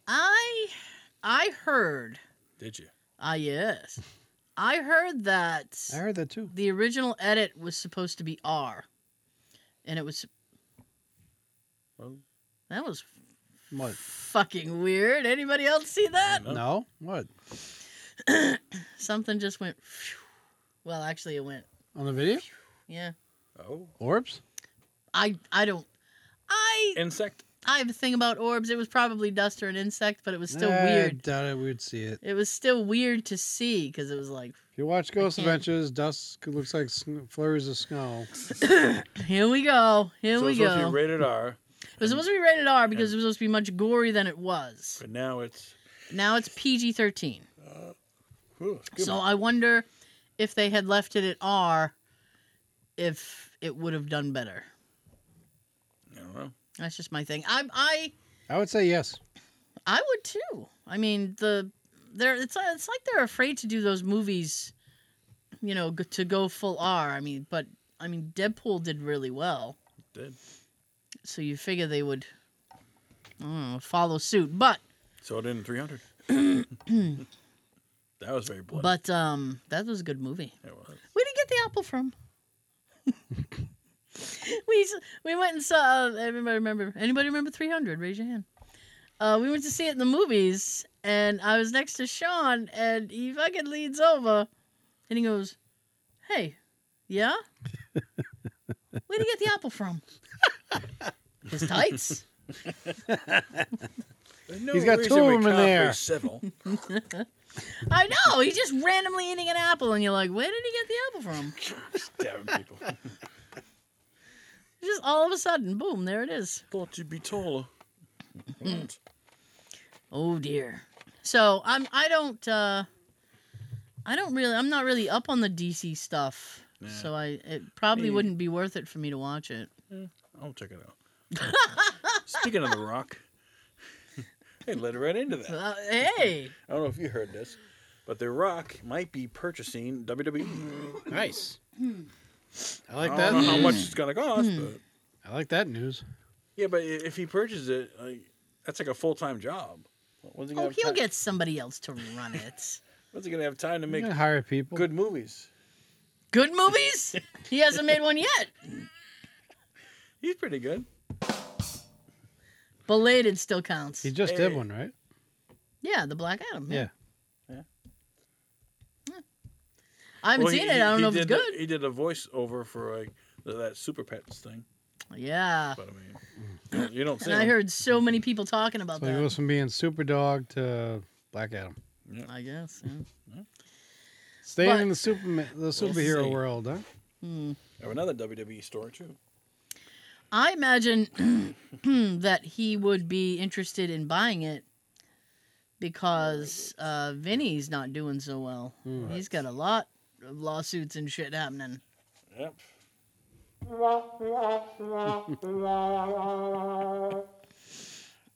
A: I I heard
B: Did you?
A: Ah, yes. I heard that
C: I heard that too.
A: the original edit was supposed to be R. And it was.
B: Well.
A: That was
C: What?
A: fucking weird. Anybody else see that?
B: No.
C: Uh, No? What?
A: Something just went. phew. Well, actually, it went.
C: On the video?
A: Yeah.
B: Oh.
C: Orbs?
A: I I don't. I
B: Insect.
A: I have a thing about orbs. It was probably dust or an insect, but it was still
C: Nah, I
A: weird.
C: doubt it we'd see it.
A: It was still weird to see because it was like,
C: If you watch Ghost
A: can't.
C: Adventures, dust looks like sn- flurries of snow.
A: here we go, here
B: so
A: we
B: it's supposed to
A: go.
B: be rated R,
A: it was supposed to be rated R because it was supposed to be much gory than it was.
B: but now it's. uh,
A: Now it's PG 13.
B: Whew, it's good.
A: So I wonder if they had left it at R, if it would have done better.
B: I don't know.
A: That's just my thing. I I
C: I would say yes.
A: I would too. I mean the they're it's it's like they're afraid to do those movies, you know, g- to go full R. I mean, but I mean Deadpool did really well,
B: It did.
A: so you figure they would I don't know, follow suit. But
B: So it in 300. that was very bloody.
A: but um that was a good movie.
B: It was.
A: Where did you get the apple from? we s- we went and saw. Everybody remember? Anybody remember 300? Raise your hand. Uh, we went to see it in the movies, and I was next to Sean, and he fucking leans over, and he goes, "Hey, yeah, where did you get the apple from?" His tights.
B: There's no
C: He's got
B: reason
C: two of
B: we
C: them in
B: can't be
C: there.
B: Civil.
A: I know. He's just randomly eating an apple, and you're like, "Where did he get the apple from?"
B: Damn people.
A: Just all of a sudden, boom, there it is.
B: Thought you'd be taller.
A: Mm. Oh dear. So I'm I don't uh I don't really I'm not really up on the DC stuff.
B: Yeah.
A: So I it probably
B: Me-
A: wouldn't be worth it for me to watch it.
B: I'll check it out. Speaking of the rock, they led right into that.
A: Uh, hey,
B: I don't know if you heard this, but the rock might be purchasing WWE.
C: Nice.
A: Hmm.
C: I
B: I
C: like
B: don't
C: that.
B: know how
C: news.
B: much it's gonna cost, but
C: I like that news.
B: yeah, but i- if he purchases it, like, that's like a full time job. When's he gonna
A: oh,
B: have
A: he'll
B: time-
A: get somebody else to run it.
B: When's he gonna have time to
C: You
B: make
C: can hire people.
B: good movies?
A: Good movies? He hasn't made one yet.
B: He's pretty good.
A: Belated still counts.
C: He just
B: Hey.
C: did one, right?
A: Yeah, the Black Adam.
C: Yeah.
A: I haven't
B: Well, he-
A: seen it. I don't
B: he
A: know if it's
B: did the-
A: good.
B: he did a voiceover for like th- that Super Pets thing,
A: yeah.
B: but I mean, you don't- you don't see.
A: And I
B: him.
A: heard so many people talking about
C: So he
A: that.
C: goes from being Superdog to Black Adam.
A: I guess. Yeah.
C: Staying
A: But-
C: in the Superman, the superhero
B: see.
C: world, huh?
A: Hmm.
B: I have another WWE story too.
A: I imagine that he would be interested in buying it because uh, Vinny's not doing so well.
C: Hmm.
A: He's got a lot of lawsuits and shit happening.
B: Yep.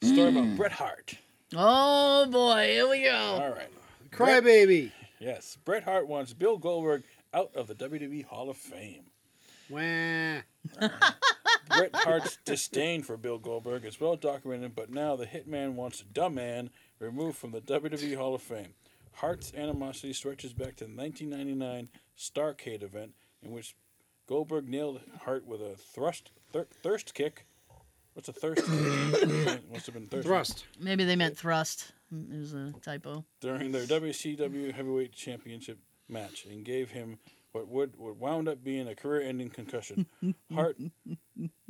B: Story about Bret Hart.
A: Oh boy, here we
B: All
A: go.
B: right.
C: Crybaby.
B: Yes, Bret Hart wants Bill Goldberg out of the WWE Hall of Fame.
C: Wah.
B: Bret Hart's disdain for Bill Goldberg is well documented, but now the hitman wants a dumb man removed from the WWE Hall of Fame. Hart's animosity stretches back to the 1999 Starcade event, in which Goldberg nailed Hart with a thrust thir- thirst kick. What's a thirst? kick? Must have been thirst.
C: Thrust.
A: Maybe they meant thrust. It was a typo.
B: during their WCW Heavyweight Championship match and gave him what would what wound up being a career-ending concussion. Hart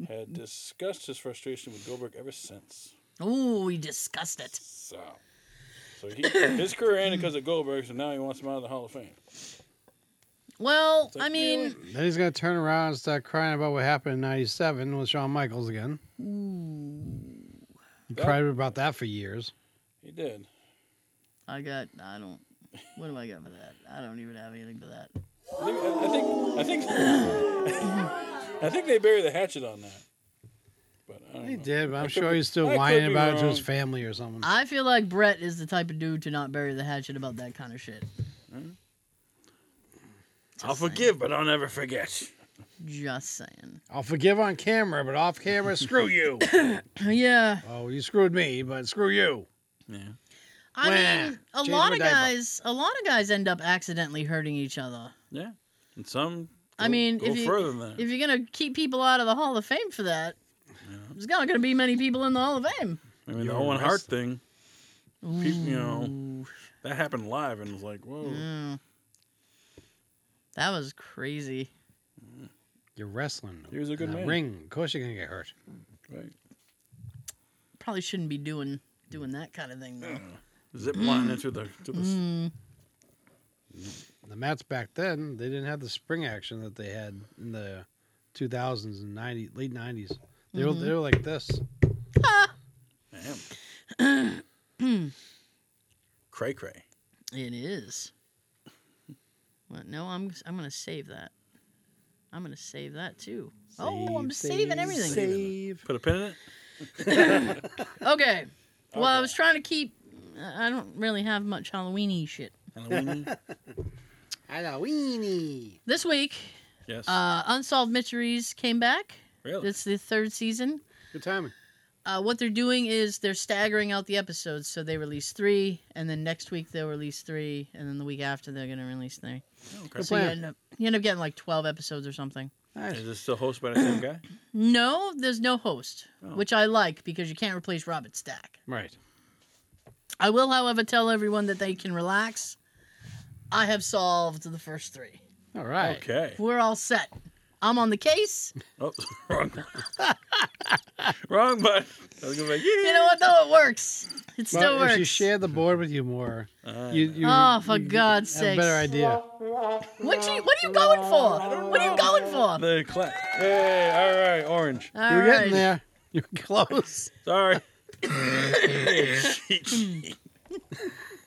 B: had discussed his frustration with Goldberg ever since.
A: Oh, we discussed it.
B: So, so he, his career ended because of Goldberg, so now he wants him out of the Hall of Fame.
A: Well,
B: It's like,
A: I mean,
C: Then he's gonna turn around and start crying about what happened in '97 with Shawn Michaels again.
A: ooh,
C: He
B: Yeah.
C: cried about that for years.
B: He did.
A: I got. I don't. What do I got for that? I don't even have anything for that.
B: I think I think I think, I think they buried the hatchet on that. But I don't
C: He
B: know.
C: did, but
B: I
C: I'm
B: could
C: sure
B: be-
C: he's still
B: I could
C: whining
B: be
C: about it to his
B: wrong.
C: family or something.
A: I feel like Brett is the type of dude to not bury the hatchet about that kind of shit.
B: I'll forgive, but I'll never forget.
A: Just saying.
C: I'll forgive on camera, but off camera, screw you.
A: Yeah.
C: Oh, you screwed me, but screw you.
B: Yeah.
A: I
C: Wah.
A: mean, a
C: Change
A: lot
C: my
A: of
C: diaper.
A: guys, a lot of guys end up accidentally hurting each other.
B: Yeah. And some.
A: I mean,
B: go
A: if you-
B: further than that.
A: If you're gonna keep people out of the Hall of Fame for that, there's not gonna be many people in the Hall of Fame.
B: I mean, the
C: Your
B: Owen
C: wrist-
B: Hart thing you know.
A: Ooh.
B: that happened live, and it was like, whoa,
A: Mm. That was crazy.
C: You're wrestling.
B: he was a
C: in
B: good
C: a
B: man.
C: ring. Of course, you're gonna get hurt.
B: Right.
A: Probably shouldn't be doing doing that kind of thing though.
B: Zip line into the to the s-
A: Mm.
C: The mats back then, they didn't have the spring action that they had in the 2000s and 90, late 90s. They were they were like this.
A: Mm-hmm.
B: Damn. cray cray.
A: It is. Well, no, I'm I'm gonna save that. I'm gonna save that too. oh, I'm
C: Save,
A: saving
C: save,
A: everything.
C: Save.
B: Put a pin in it.
A: Okay. Well, I
B: Okay.
A: was trying to keep. I I don't really have much Halloweeny shit
B: Halloweeny.
C: Halloweeny.
A: this week.
B: yes.
A: Uh, Unsolved Mysteries came back.
B: really.
A: It's the third season.
C: Good timing.
A: Uh, what they're doing is they're staggering out the episodes. So they release three, and then next week they'll release three, and then the week after they're gonna release three.
B: Okay.
A: So you
C: plan.
A: end up you end up getting like twelve episodes or something.
C: Nice.
B: Is this still hosted by the same guy?
A: No, there's no host,
B: Oh.
A: which I like because you can't replace Robert Stack.
C: Right.
A: I will, however, tell everyone that they can relax. I have solved the first three.
C: All right.
B: Okay.
A: We're all set. I'm on the case.
B: Oh, wrong. wrong button. I was gonna be like, yeah.
A: You know what? No, it works. It still
C: Well,
A: works.
C: if she shared the board with you more,
B: Uh,
C: you, you
A: oh, for
C: you
A: God's
C: have a
A: sake!
C: better idea.
A: What you? What are you going for? What are you going for?
B: Uh, the clap. Hey, all right, orange.
A: All
C: you were
A: right.
C: getting there. You're close.
B: Sorry.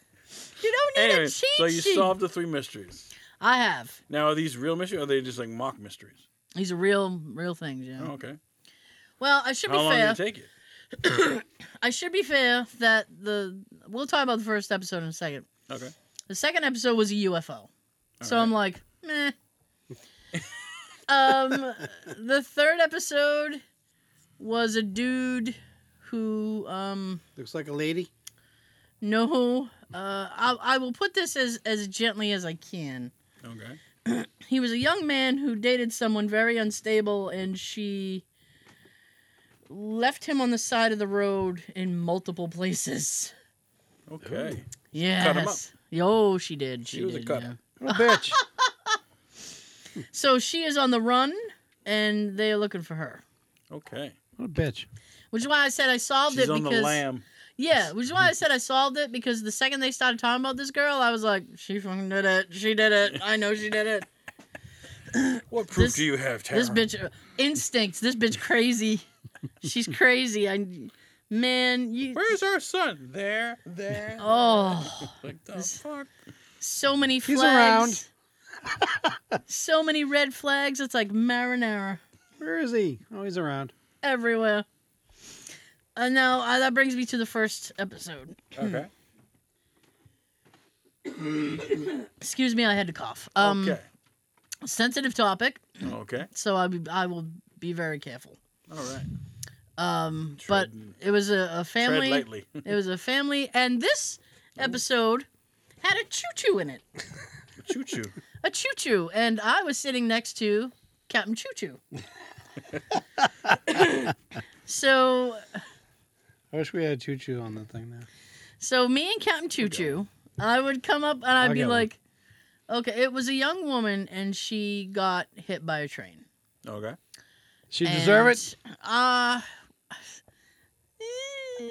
A: You don't need
B: anyway,
A: a cheat
B: so you
A: sheet.
B: solved the three mysteries.
A: I have.
B: Now, are these real mysteries or are they just like mock mysteries?
A: These are real, real things. Yeah.
B: Oh, okay.
A: Well, I should
B: How
A: be
B: long
A: fair.
B: did it take you?
A: I should be fair that the we'll talk about the first episode in a second.
B: Okay.
A: The second episode was a UFO, so
B: All
A: I'm like, meh. um, the third episode was a dude who um
C: Looks like a lady.
A: no uh I, I will put this as as gently as I can.
B: Okay.
A: he was a young man who dated someone very unstable and she left him on the side of the road in multiple places.
B: Okay. Cut him up.
A: Yes. Yo, she did. She,
B: She was a
A: did.
B: cut.
A: yeah.
C: What a bitch.
A: So she is on the run and they're looking for her.
B: Okay.
C: What a bitch.
A: Which is why I said I solved
B: She's
A: it
B: on
A: because
B: the lamb.
A: Yeah, which is why I said I solved it because the second they started talking about this girl, I was like, She fucking did it. She did it. I know she did it.
B: What proof
A: This-
B: do you have, Tara?
A: This bitch uh, instincts. This bitch crazy. She's crazy. I man, you
B: Where's our son? There, there.
A: oh
B: Like the
A: This-
B: fuck?
A: so many
C: He's
A: flags. so many red flags. It's like marinara
C: Where is he? Oh, he's around.
A: everywhere. And now uh, that brings me to the first episode.
B: Okay.
A: Excuse me, I had to cough. Um,
B: okay.
A: sensitive topic,
B: Okay.
A: so I be- I will be very careful.
B: All right.
A: Um, but
B: Tread-
A: it was a, a family.
B: Tread lightly.
A: It was a family, and this episode had a choo choo in it.
B: Choo choo.
A: a choo choo, and I was sitting next to Captain Choo Choo. so,
C: I wish we had a choo choo on the thing now.
A: so me and Captain Choo Choo, I would come up and I'd
C: I
A: be
C: got one.
A: like, "Okay, it was a young woman, and she got hit by a train.
B: Okay.
C: She deserve it.
A: And, Uh, eh.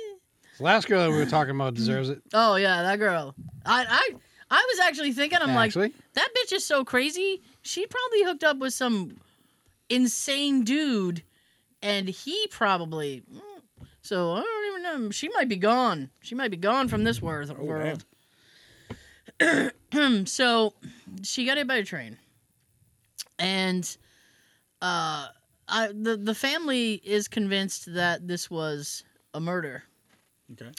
C: The last girl that we were talking about deserves it.
A: oh yeah, that girl. I I I was actually thinking, I'm like,
C: actually.
A: That bitch is so crazy. She probably hooked up with some insane dude, and he probably. mm, So I don't even know. She might be gone. She might be gone from this worth
B: Oh,
A: world. so she got hit by a train, and uh, I the the family is convinced that this was a murder,
B: Okay.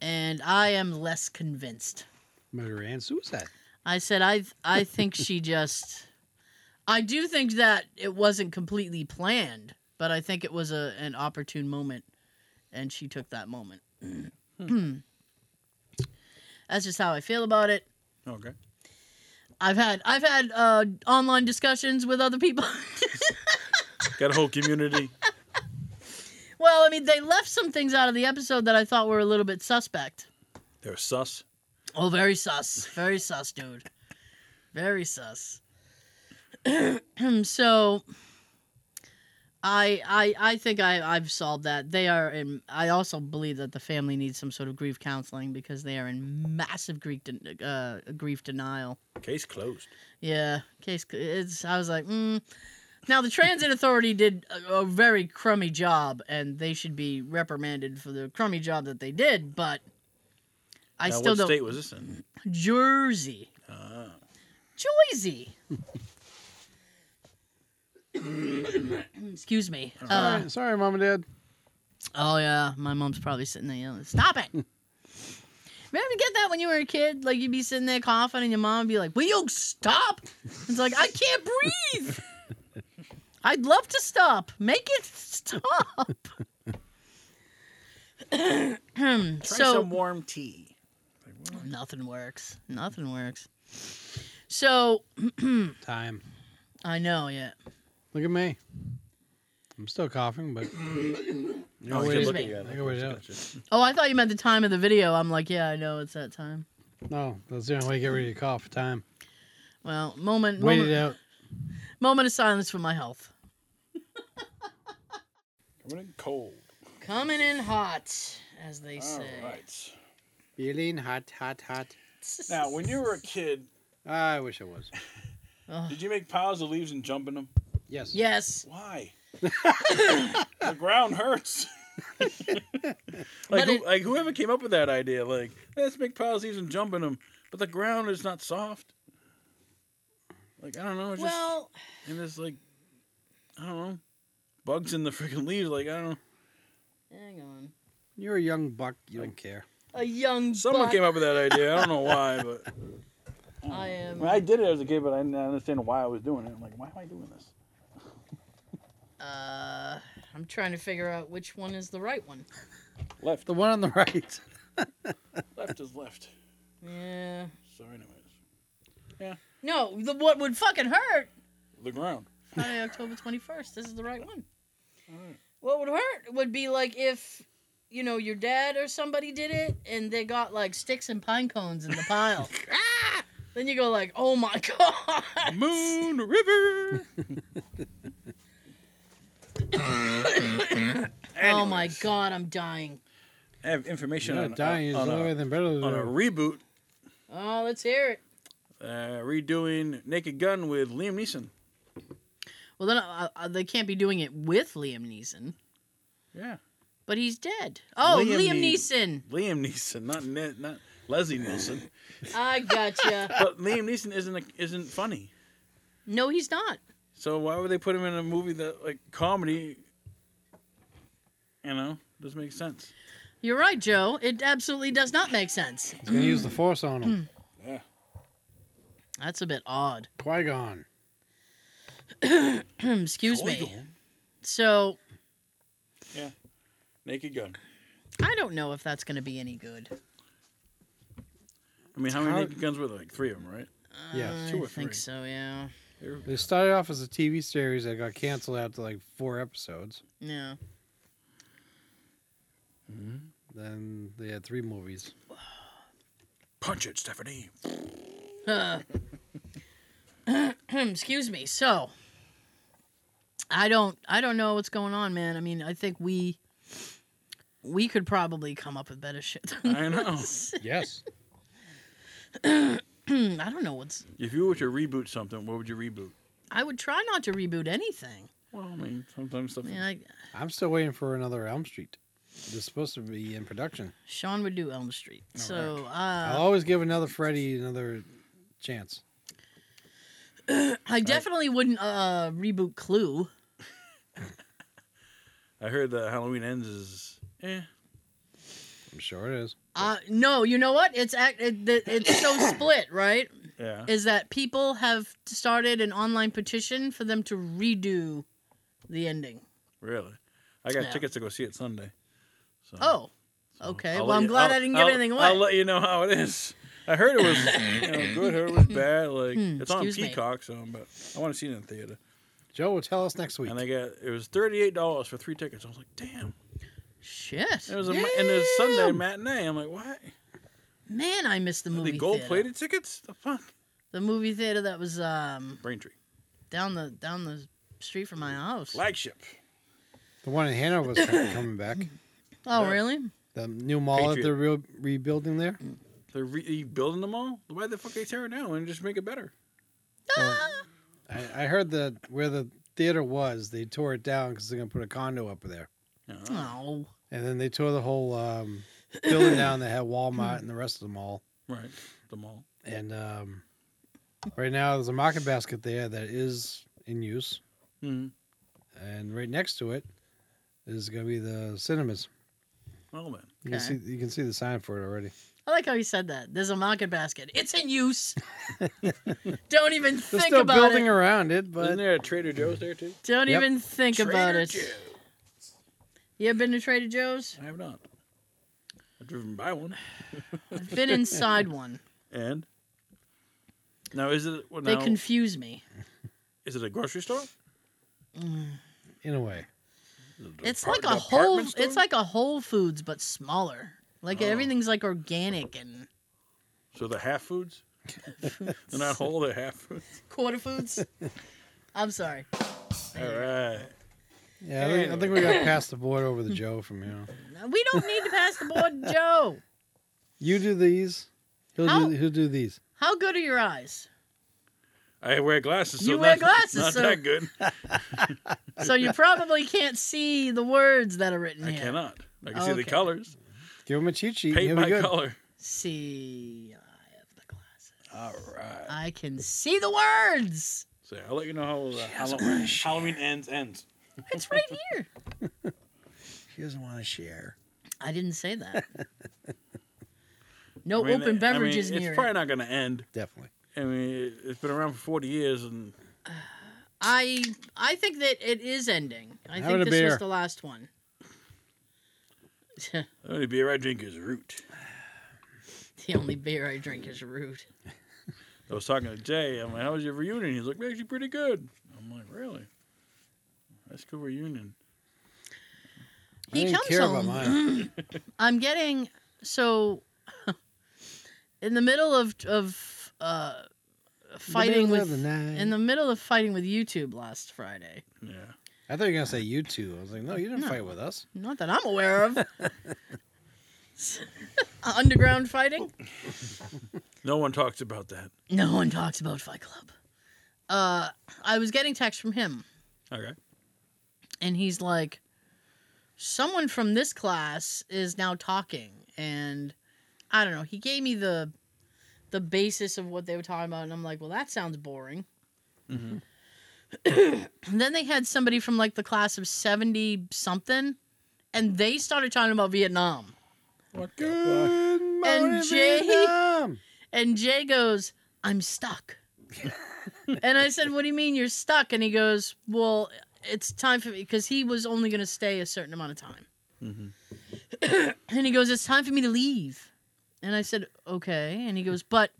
A: and I am less convinced.
C: murder and suicide.
A: I said I I think she just I do think that it wasn't completely planned, but I think it was a an opportune moment and she took that moment. That's just how I feel about it.
B: Okay.
A: I've had I've had uh, online discussions with other people.
B: Got a whole community.
A: well, I mean, they left some things out of the episode that I thought were a little bit suspect.
B: They're sus.
A: Oh, very sus. Very sus, dude. Very sus. so I I I think I I've solved that. They are in I also believe that the family needs some sort of grief counseling because they are in massive grief de- uh, grief denial.
B: Case closed.
A: Yeah, case c- it's I was like, mm. Now the transit authority did a, a very crummy job and they should be reprimanded for the crummy job that they did, but I
B: now,
A: still
B: what
A: don't
B: state was this in?
A: Jersey.
B: Ah.
A: Joyzy. Excuse me. Uh,
C: sorry, sorry, mom and dad.
A: oh yeah, my mom's probably sitting there yelling, "Stop it!" Remember to get that when you were a kid? Like you'd be sitting there coughing, and your mom would be like, "Will you stop?" It's like I can't breathe. I'd love to stop. Make it stop. so
B: Try some warm tea. Like, what?
A: nothing works. Nothing works. So
C: Time.
A: I know, yeah.
C: Look at me. I'm still coughing, but
B: Oh,
C: wait,
B: you
A: excuse
B: look
A: me.
B: at- yeah,
C: I
B: look
C: can wait
B: at-
C: it out.
B: gotcha.
A: Oh, I thought you meant the time of the video. I'm like, yeah, I know it's that time.
C: no, that's the only way to get rid of your cough. Time.
A: Well, moment
C: Wait
B: uh,
C: it
A: moment,
C: out.
A: moment of silence for my health.
B: Coming in cold.
A: Coming in hot, as they
B: All
A: say.
B: right.
C: Feeling hot, hot, hot.
B: Now, when you were a kid,
C: I wish it was.
A: Ugh.
B: did you make piles of leaves and jump in them?
C: Yes.
A: Yes.
B: Why? the ground hurts. like,
A: But
B: who,
A: it-
B: like whoever came up with that idea, like let's make piles of leaves and jump in them, but the ground is not soft. Like I don't know, it's just
A: Well,
B: and there's like I don't know, bugs in the freaking leaves. Like I don't know,
A: Hang on.
C: You're a young buck. You don't care.
A: A young
B: Someone
A: buck.
B: came up with that idea. I don't know why, but
A: I
B: I,
A: am.
B: mean, I did it as a kid, but I didn't understand why I was doing it. I'm like, why am I doing this?
A: Uh, I'm trying to figure out which one is the right one.
B: Left,
C: The one on the right.
B: left is left.
A: Yeah.
B: So, anyways,
A: No, the what would fucking hurt
B: the ground.
A: Friday, October 21st. This is the right one.
B: Alright.
A: What would hurt would be like if, you know, your dad or somebody did it and they got like sticks and pine cones in the pile. then you go like, oh my god.
B: Ah! Moon River.
A: Oh my
B: Anyways,
A: god, I'm dying.
B: I have information
C: You're
B: on, uh,
C: not dying is
B: on,
C: the only
B: a,
C: thing better than
B: on a reboot,
A: Oh, let's hear it.
B: uh, redoing Naked Gun with Liam Neeson.
A: Well, then uh, uh, they can't be doing it with Liam Neeson,
B: Yeah,
A: but he's dead. Oh,
B: Liam
A: Liam,
B: Ne-
A: Neeson.
B: Liam Neeson, not ne- not Leslie Nielsen.
A: I gotcha.
B: but Liam Neeson isn't a, isn't funny.
A: no, he's not.
B: So why would they put him in a movie that like comedy? You know, doesn't make sense.
A: You're right, Joe. It absolutely does not make sense.
C: He's gonna use the force on him.
B: Yeah.
A: That's a bit odd.
C: Qui Gon.
A: Excuse me. So
B: Naked Gun.
A: I don't know if that's going to be any good.
B: I mean, how many
C: How-
B: Naked Guns were there? Like three of them, right?
C: Yeah.
B: two
A: I
B: or
A: think
B: three.
A: so. Yeah.
C: They started off as a TV series that got canceled after like four episodes.
A: Yeah.
C: Then they had three movies.
B: Punch it, Stephanie.
A: Uh, excuse me. So I don't I don't know what's going on, man. I mean, I think we we could probably come up with better shit. Than
B: I know.
A: this. I
C: Yes.
A: don't know what's
B: If you were to reboot something, what would you reboot?
A: I would try not to reboot anything.
B: Well, I mean,
A: I
B: sometimes stuff.
A: mean, I,
C: I'm still waiting for another Elm Street. It's supposed to be in production.
A: Sean would do Elm Street.
B: All
A: so
C: I'll
A: uh,
C: always give another Freddy another chance.
A: I definitely wouldn't uh, reboot Clue.
B: I heard that Halloween Ends is eh.
C: I'm sure it is.
A: Uh, no, you know what? It's act- it, it- it's so split, right?
B: Yeah.
A: Is that people have started an online petition for them to redo the ending?
B: Really. I got
A: Yeah.
B: tickets to go see it Sunday. So,
A: Oh,
B: so
A: okay.
B: I'll
A: well,
B: let
A: I'm
B: you-
A: glad
B: I'll-
A: I didn't
B: I'll-
A: give anything away.
B: I'll let you know how it is. I heard it was you know, good. Heard it was bad. Like
A: Hmm,
B: it's on
A: excuse me.
B: Peacock, so but I want to see it in the theater.
C: Joe will tell us next week.
B: And I got it was thirty eight dollars for three tickets. I was like, damn.
A: Shit,
B: It was a, and it was Sunday
C: Damn.
B: matinee. I'm like, what?
A: man, I missed the
B: The
A: movie
B: gold
A: theater.
B: plated tickets? The fuck?
A: The movie theater that was um
B: Braintree
A: down the down the street from my house.
B: flagship.
C: The one in Hanover's coming back.
A: Oh,
B: Yeah.
A: really?
C: The new mall
B: Patriot.
C: that they're re- rebuilding there.
B: They're rebuilding the mall. Why the fuck they tear it down and just make it better? Oh.
A: Ah!
C: I, I heard that where the theater was, they tore it down because they're gonna put a condo up there.
B: Uh,
A: Oh,
C: And then they tore the whole um, building down that had Walmart and the rest of the mall.
B: right, the mall.
C: And um, right now there's a market basket there that is in use.
B: hmm
C: And right next to it is gonna be the cinemas.
B: Well then,
C: You
A: Okay.
C: can see you can see the sign for it already.
A: I like how you said that. There's a market basket. It's in use. Don't even
C: They're
A: think
C: still
A: about
C: building
A: it.
C: around it,
B: isn't
C: but
B: there a Trader Joe's there too?
A: Don't
C: Yep.
A: even think about
B: Trader
A: it.
B: Joe's.
A: You ever been to Trader Joe's?
B: I have not. I've driven by one.
A: I've been inside one.
B: And now is it? Well,
A: They
B: now,
A: confuse me.
B: is it a grocery store?
C: in a way.
B: Is it
A: It's
B: part-
A: like a
B: department
A: whole.
B: store?
A: It's like a Whole Foods, but smaller. Like
B: Oh.
A: everything's like organic and
B: so the half foods. they're not whole. They're half foods.
A: quarter foods. I'm sorry.
B: All right.
C: Yeah, I think, I think we got past the board over the Joe from here.
A: No, We don't need to pass the board, Joe.
C: You do these. He'll
A: How-
C: do he'll do these.
A: How good are your eyes?
B: I wear glasses. So
A: You wear
B: that's
A: glasses,
B: Not
A: so-
B: that good.
A: So you probably can't see the words that are written
B: I
A: here.
B: cannot. I can see the
A: Okay.
B: colors.
C: Give him a cheat sheet.
B: Paint
C: He'll be
B: my
C: good.
B: color.
A: See, I have the glasses.
B: All right.
A: I can see the words.
B: So I'll let you know how uh, Halloween, Halloween ends ends.
A: It's right here.
C: She
D: She doesn't want to share.
A: I didn't say that. No
B: I mean,
A: open beverages
B: I mean,
A: near
B: It's probably
A: it.
B: not going to end.
D: Definitely.
B: I mean, it- it's been around for 40 years, and
A: I I think that it is ending. I
C: Have
A: think
C: it a
A: this
C: beer.
A: was the last one. the
B: the only beer I drink is Root.
A: only beer I drink is Root.
B: I was talking to Jay. I'm like, "How was your reunion?" He's like, "Actually, pretty good." I'm like, "Really? That's cool reunion."
C: I
A: He
C: didn't
A: comes
C: care about
A: home.
C: mine.
A: I'm getting so in the middle of of uh,
D: middle
A: fighting with
D: of the night.
A: in the middle of fighting with YouTube last Friday.
B: Yeah.
C: I thought you were gonna say you two. I was like, no, you didn't
A: No.
C: fight with us.
A: Not that I'm aware of. Underground fighting.
B: No one talks about that.
A: No one talks about Fight Club. Uh, I was getting text from him,
B: Okay.
A: and he's like, "Someone from this class is now talking," and I don't know. He gave me the the basis of what they were talking about, and I'm like, "Well, that sounds boring."
B: Mm-hmm.
A: And then they had somebody from like the class of seventy something, and they started talking about Vietnam.
B: What
C: Good morning,
A: Jay-
C: Vietnam.
A: And Jay goes, I'm stuck. and I said, What do you mean you're stuck? And he goes, Well, it's time for me because he was only going to stay a certain amount of time.
B: Mm-hmm.
A: And he goes, It's time for me to leave. And I said, Okay. And he goes, But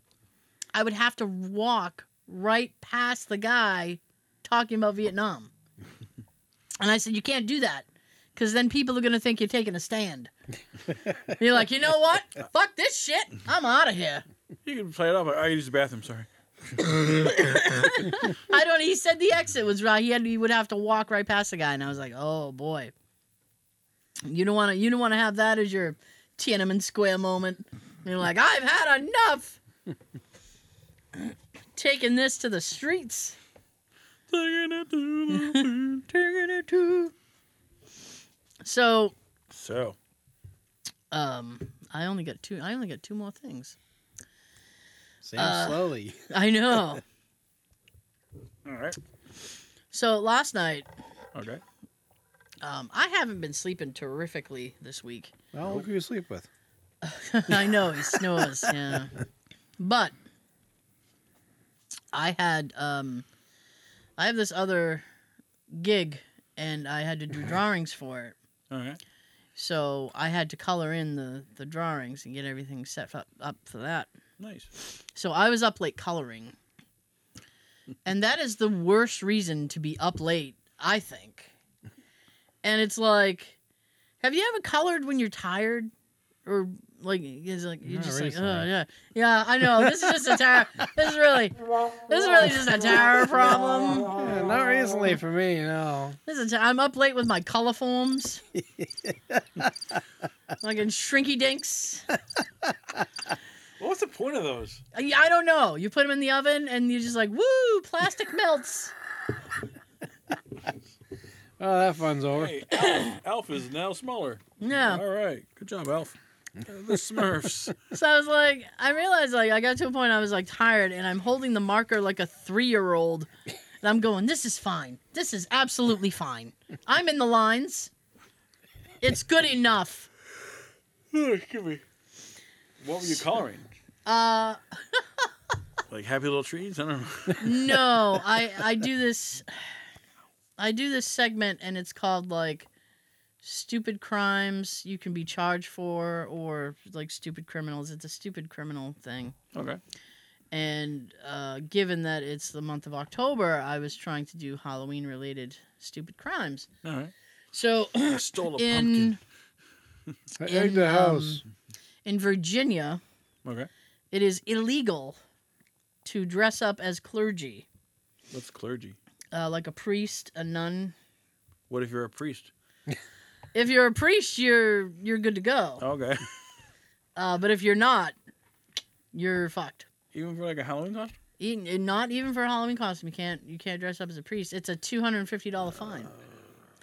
A: I would have to walk right past the guy talking about Vietnam. and I said, You can't do that because then people are going to think you're taking a stand. you're like, You know what? Fuck this shit. I'm out of here.
B: You can play it off. Like, I use the bathroom. Sorry.
A: I don't. He said the exit was right. He had. He would have to walk right past the guy, and I was like, "Oh boy, you don't want to. You don't want to have that as your Tiananmen Square moment." And you're like, "I've had enough." Taking this to the streets.
B: Taking it to the moon.
A: So,
B: so,
A: um, I only got two. I only got two more things.
C: Same
A: Uh,
C: slowly.
A: I know.
B: all right.
A: so last night,
B: Okay.
A: um, I haven't been sleeping terrifically this week.
C: Well, look who you sleep with.
A: I know he snores. Yeah, but I had um, I have this other gig, and I had to do drawings for it.
B: All right.
A: So I had to color in the the drawings and get everything set up up for that.
B: Nice.
A: So I was up late coloring, and that is the worst reason to be up late, I think. And it's like, have you ever colored when you're tired, or like it's like you're
C: Not
A: just like, oh
C: recently.
A: yeah, yeah, I know. This is just a tower. this is really, this is really just um, a tower problem.
C: Yeah, not recently for me, you know.
A: This is a i I'm up late with my color forms, like in shrinky dinks.
B: Well, what's the point of those?
A: I I don't know. You put them in the oven and you're just like, woo, plastic melts.
C: Oh, that fun's over.
B: Hey, Alf, Alf is now smaller.
A: Yeah.
B: All right. Good job, Alf. Uh, The Smurfs.
A: So I was like, I realized like I got to a point I was like tired and I'm holding the marker like a three year old. And I'm going, this is fine. This is absolutely fine. I'm in the lines. It's good enough.
B: Give me. What were you coloring?
A: Uh,
B: Like happy little trees? I don't know.
A: no, I, I do this, I do this segment and it's called like stupid crimes you can be charged for or like stupid criminals. It's a stupid criminal thing.
B: Okay.
A: And uh, given that it's the month of October, I was trying to do Halloween related stupid crimes.
B: All right.
A: So
B: I stole a
A: in
C: I
A: in,
C: egged the
A: um,
C: house.
A: in Virginia,
B: pumpkin. Okay.
A: it is illegal to dress up as clergy,
B: What's clergy?
A: uh, like a priest, a nun.
B: What if you're a priest?
A: If you're a priest, you're you're good to go.
B: Okay.
A: Uh, but if you're not, you're fucked.
B: Even for like a Halloween costume?
A: Even, and eh, not even for a Halloween costume, you can't you can't dress up as a priest. It's a two hundred and fifty dollar fine.
B: Uh,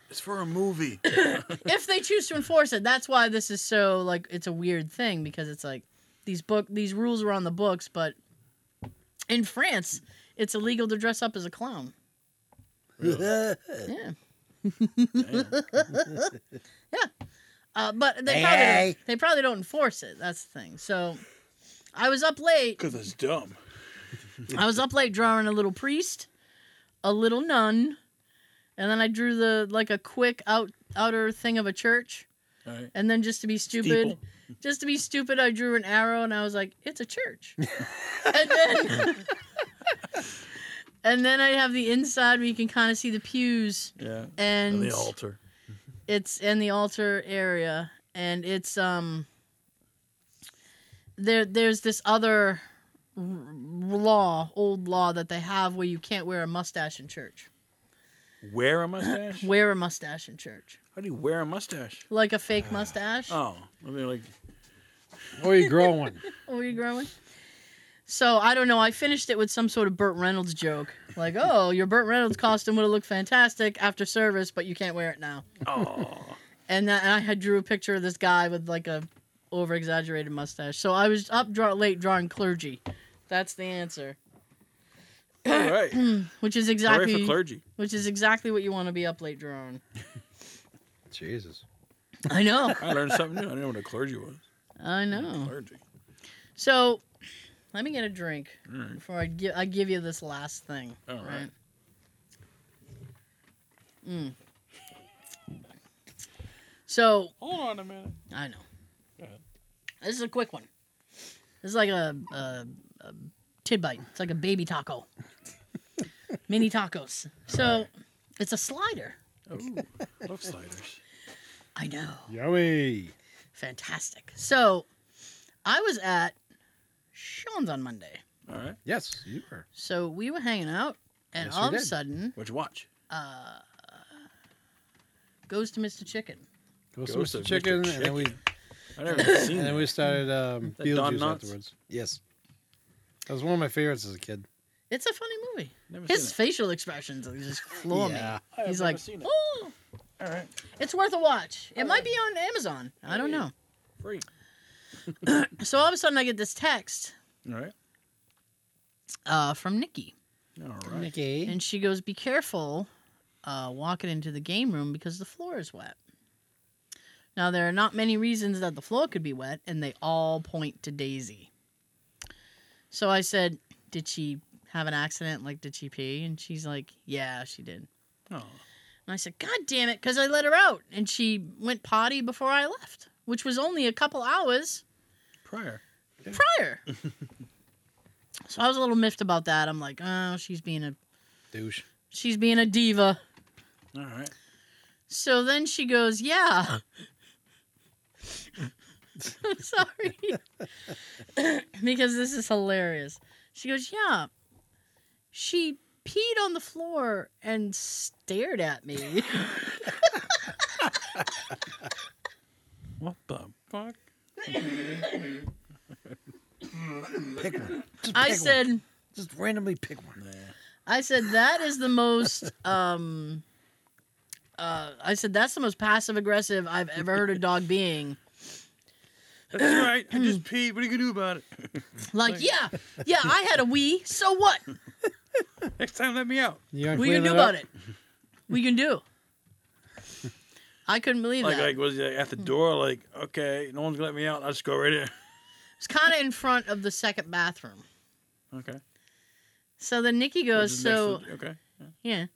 B: It's for a movie.
A: if they choose to enforce it, that's why this is so like it's a weird thing because it's like these book these rules are on the books, but in France it's illegal to dress up as a clown.
B: Really?
A: Yeah,
B: Damn.
A: yeah. Uh, but they
D: Hey,
A: probably
D: hey.
A: they probably don't enforce it. That's the thing. So I was up late.
B: Because it's dumb.
A: I was up late drawing a little priest, a little nun, and then I drew the like a quick out outer thing of a church.
B: All right.
A: And then just to be stupid, just to be stupid, I drew an arrow and I was like, it's a church. and then And then I have the inside where you can kind of see the pews
B: Yeah.
A: and,
E: and the altar.
A: it's in the altar area and it's um there there's this other r- law, old law that they have where you can't wear a mustache in church.
B: Wear a mustache?
A: Wear a mustache in church.
B: How do you wear a mustache?
A: Like a fake mustache.
B: Oh, I mean, like,
C: Or Oh, you grow one.
A: Were you growing? So I don't know. I finished it with some sort of Burt Reynolds joke, like, "Oh, your Burt Reynolds costume would have looked fantastic after service, but you can't wear it now."
B: oh.
A: And, that, and I had drew a picture of this guy with like a over exaggerated mustache. So I was up draw, late drawing clergy. That's the answer,
B: All right.
A: which is
B: Sorry for
A: exactly
B: clergy.
A: which is exactly what you want to be up late drawing.
C: Jesus.
A: I know,
B: I learned something new. I didn't know what a clergy was.
A: I know.
B: Clergy.
A: So let me get a drink
B: All right.
A: before I give I give you this last thing.
B: All right.
A: Mm. So
B: Hold on a minute.
A: I know.
B: Go ahead.
A: This is a quick one. This is like a, a, a tidbite. It's like a baby taco. Mini tacos. So it's a slider.
B: Ooh, love sliders.
A: I know.
C: Yummy.
A: Fantastic. So I was at Sean's on Monday.
B: All right.
C: Yes, you are.
A: So we were hanging out, and
C: Yes, we
A: all of a
C: did.
A: sudden,
B: What'd you watch?
A: uh, goes to Mr. Chicken.
C: Ghost,
B: Ghost
C: of
B: of
C: Mr. Chicken,
B: Mr.
C: and then we
B: I never even seen
C: and
B: that.
C: then we started um,
B: That Don
C: Beetlejuice
B: Knotts?
C: afterwards. Yes, that was one of my favorites as a kid.
A: It's a funny movie.
B: Never seen
A: His facial expressions just floor
C: Yeah.
B: it. I
A: me. He's
B: have never
A: like,
B: seen it.
A: oh,
B: All right.
A: it's worth a watch. It might be on Amazon. I don't
B: Hey.
A: know.
B: Free.
A: So all of a sudden, I get this text
B: All right.
A: uh, from Nikki,
B: All right.
C: Mickey.
A: and she goes, "Be careful uh, walking into the game room because the floor is wet." Now there are not many reasons that the floor could be wet, and they all point to Daisy. So I said, "Did she have an accident? Like, did she pee?" And she's like, "Yeah, she did."
B: Oh,
A: And I said, God damn it, because I let her out. And she went potty before I left, which was only a couple hours
B: prior.
A: prior. so I was a little miffed about that. I'm like, oh, she's being a
C: Douche.
A: she's being a diva.
B: All right.
A: So then she goes, Yeah. I'm sorry. because this is hilarious. She goes, Yeah. She peed on the floor and stared at me.
B: What the fuck?
D: Pick one. Just
A: I
D: pick
A: said
D: one. just randomly pick one.
B: Nah.
A: I said that is the most um uh I said that's the most passive aggressive I've ever heard a dog being.
B: That's right. I just peed. What are you gonna do about it?
A: Like, yeah, yeah, I had a wee, so what?
B: Next time, let me out.
C: You gonna
A: We can
C: clean
A: do
C: that
A: about
C: up?
A: it. We can do. I couldn't believe
B: Like,
A: that.
B: like was it at the door? Like, okay, no one's gonna let me out. I'll just go right in.
A: It's kind of in front of the second bathroom.
B: Okay.
A: So then Nikki
B: Which
A: goes,
B: is
A: so
B: next to- okay.
A: Yeah.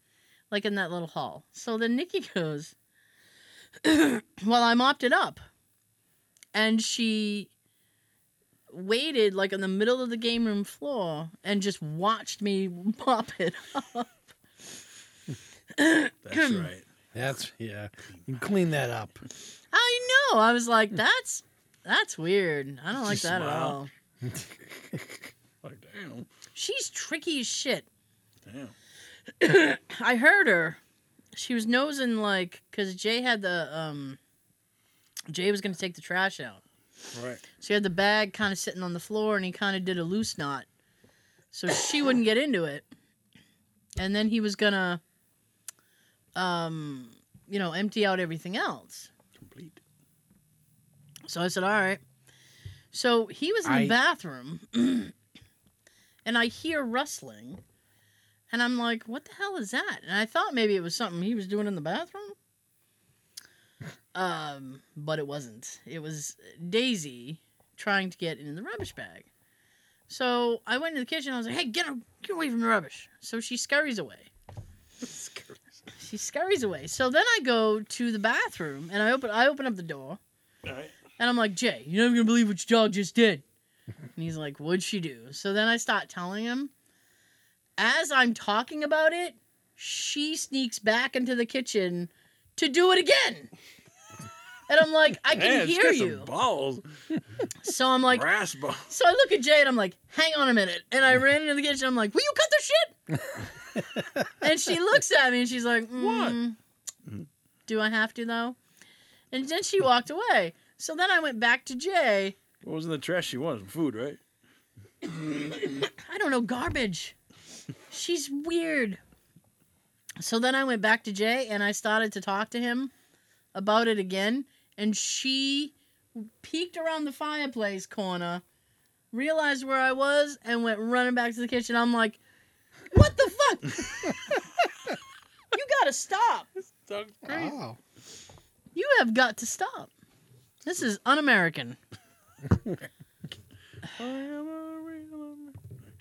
A: Like in that little hall. So then Nikki goes, Well, I mopped it up. And she waited like in the middle of the game room floor and just watched me mop it up.
B: That's right.
C: That's yeah. You can clean that up.
A: I know. I was like, that's that's weird. I don't like
B: She
A: that at
B: smiled.
A: all.
B: Like, damn,
A: She's tricky as shit.
B: damn.
A: I heard her. She was nosing like cuz Jay had the um Jay was going to take the trash out.
B: Right.
A: She had the bag kind of sitting on the floor, and he kind of did a loose knot, so she wouldn't get into it. And then he was gonna, um, you know, empty out everything else.
B: Complete.
A: So I said, "All right." So he was in the
C: I-
A: bathroom, and I hear rustling, and I'm like, "What the hell is that?" And I thought maybe it was something he was doing in the bathroom. Um, but it wasn't. It was Daisy trying to get in the rubbish bag. So I went to the kitchen. I was like, "Hey, get, a- get away from the rubbish!" So she scurries away. She scurries away. So then I go to the bathroom and I open I open up the door
B: All right.
A: and I'm like, Jay, you're never gonna believe what your dog just did. And he's like, What'd she do? So then I start telling him. As I'm talking about it, she sneaks back into the kitchen to do it again. And I'm like, I can
B: Man, she's
A: hear
B: got some
A: you.
B: balls.
A: So I'm like,
B: Brass balls.
A: so I look at Jay and I'm like, hang on a minute. And I ran into the kitchen. I'm like, will you cut the shit? and she looks at me and she's like,
B: What?
A: "Mm, Do I have to though? And then she walked away. So then I went back to Jay.
B: What was in the trash she wanted? Some food, right?
A: I don't know, garbage. She's weird. So then I went back to Jay and I started to talk to him about it again. And she peeked around the fireplace corner, realized where I was, and went running back to the kitchen. I'm like, what the fuck? you gotta stop.
B: Sounds great.
D: Oh.
C: Wow.
A: You have got to stop. This is un American.
B: I am a real man.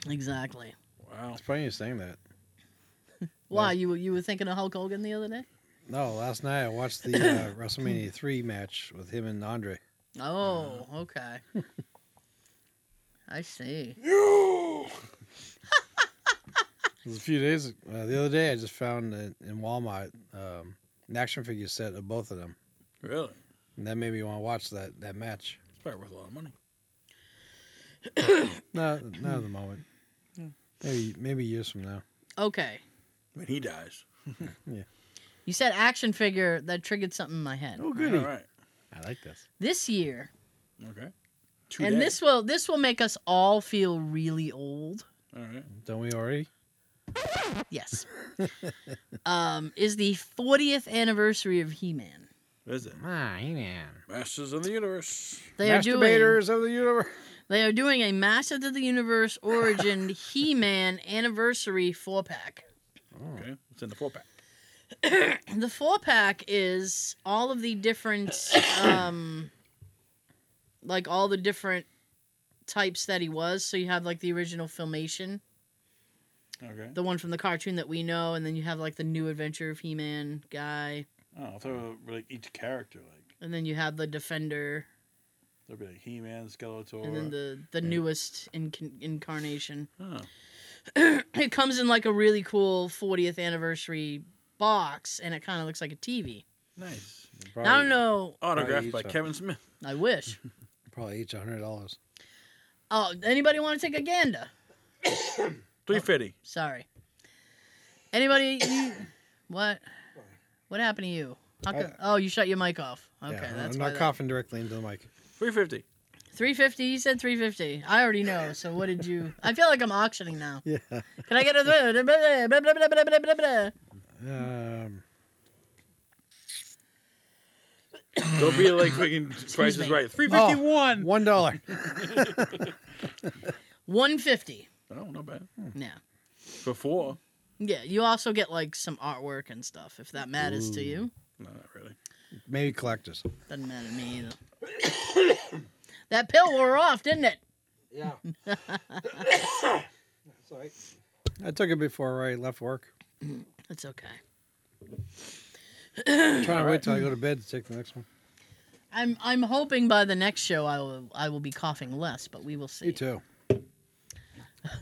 A: Exactly.
B: Wow.
C: It's funny you saying that.
A: Why? You, were- you were thinking of Hulk Hogan the other day?
C: No, last night I watched the uh, WrestleMania 3 match with him and Andre.
A: Oh, okay. I see.
B: You.
C: It was a few days uh, the other day. I just found in, in Walmart um, an action figure set of both of them,
B: Really?
C: and that made me want to watch that that match.
B: It's probably worth a lot of money.
C: Not not at the moment. Maybe maybe years from now.
A: Okay.
B: When he dies.
A: You said action figure that triggered something in my head.
C: Oh,
B: All right.
C: I like this.
A: This year,
B: Okay. Two
A: and
B: days.
A: this will this will make us all feel really old.
B: All right.
C: Don't we already?
A: Yes. um, is the 40th anniversary of He-Man.
B: What is it?
C: My man.
B: Masters of the Universe.
A: Ah, They are doing
C: Masturbators of the universe.
A: they are doing a Masters of the Universe Origin He-Man anniversary four pack.
C: Oh,
B: Okay. It's in the four pack.
A: The four pack is all of the different, um, like all the different types that he was. So you have like the original filmation,
B: Okay.
A: the one from the cartoon that we know, and then you have like the new adventure of He Man guy,
B: Oh, I thought it was like each character. Like,
A: and then you have the Defender,
B: there'd be like He Man, Skeletor.
A: and then the the newest inc- incarnation.
B: oh.
A: It comes in like a really cool 40th anniversary box, and it kind of looks like a TV.
B: Nice.
A: Now, I don't know.
B: Autographed by
C: Right.
B: Kevin Smith.
A: I wish.
C: Probably each hundred dollars.
A: Oh, anybody want to take a gander?
B: 350.
A: Sorry. Anybody? you- what? What happened to you? How
C: I-
A: co- oh, you shut your mic off. Okay,
C: yeah,
A: that's
C: I'm
A: why
C: not coughing directly into the mic.
B: 350.
A: Three fifty. You said three fifty. I already know. So what did you? I feel like I'm auctioning now.
C: Yeah.
A: Can I get a? Blah, blah, blah, blah, blah, blah, blah, blah, blah.
C: Um,
B: Don't be like freaking Price
A: me.
B: is Right. 351.
C: oh, one dollar.
A: One fifty.
B: Oh, not bad.
A: Yeah.
B: For four.
A: Yeah. You also get like some artwork and stuff if that matters to you.
B: No, not really.
C: Maybe collectors.
A: Doesn't matter to me either. that pill wore off, didn't it?
C: Yeah. Sorry. I took it before I left work.
A: It's okay.
C: I'm trying to wait till I go to bed to take the next one.
A: I'm I'm hoping by the next show I will I will be coughing less, but we will see.
C: You too.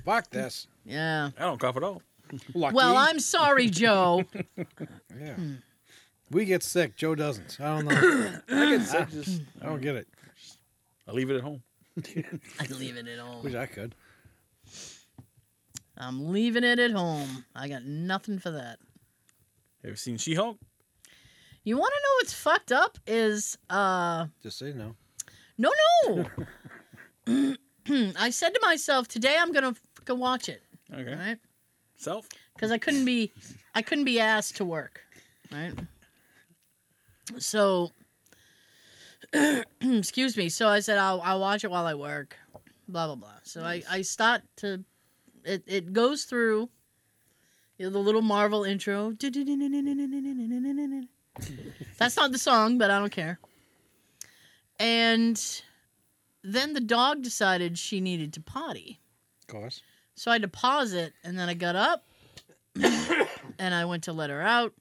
C: Fuck this.
A: Yeah.
B: I don't cough at all.
C: Lucky.
A: Well, I'm sorry, Joe.
C: Yeah.
A: Hmm.
C: We get sick. Joe doesn't. I don't know.
B: I get sick. Just,
C: I don't get it.
B: I leave it at home.
A: I'm leaving it at
C: Wish
A: home.
C: I could.
A: I'm leaving it at home. I got nothing for that.
B: Have you seen She Hulk?
A: You want to know what's fucked up? Is uh
C: Just say no.
A: no no. I said to myself today I'm gonna go watch it,
B: Okay.
A: right?
B: Self?
A: Because I couldn't be I couldn't be asked to work, right? So excuse me. So I said I'll I'll watch it while I work. Blah blah blah. So I, I start to it it goes through you know, the little Marvel intro. And That's not the song, but I don't care. And then the dog decided she needed to potty.
C: Of course.
A: So I had to pause it, and then I got up, and I went to let her out.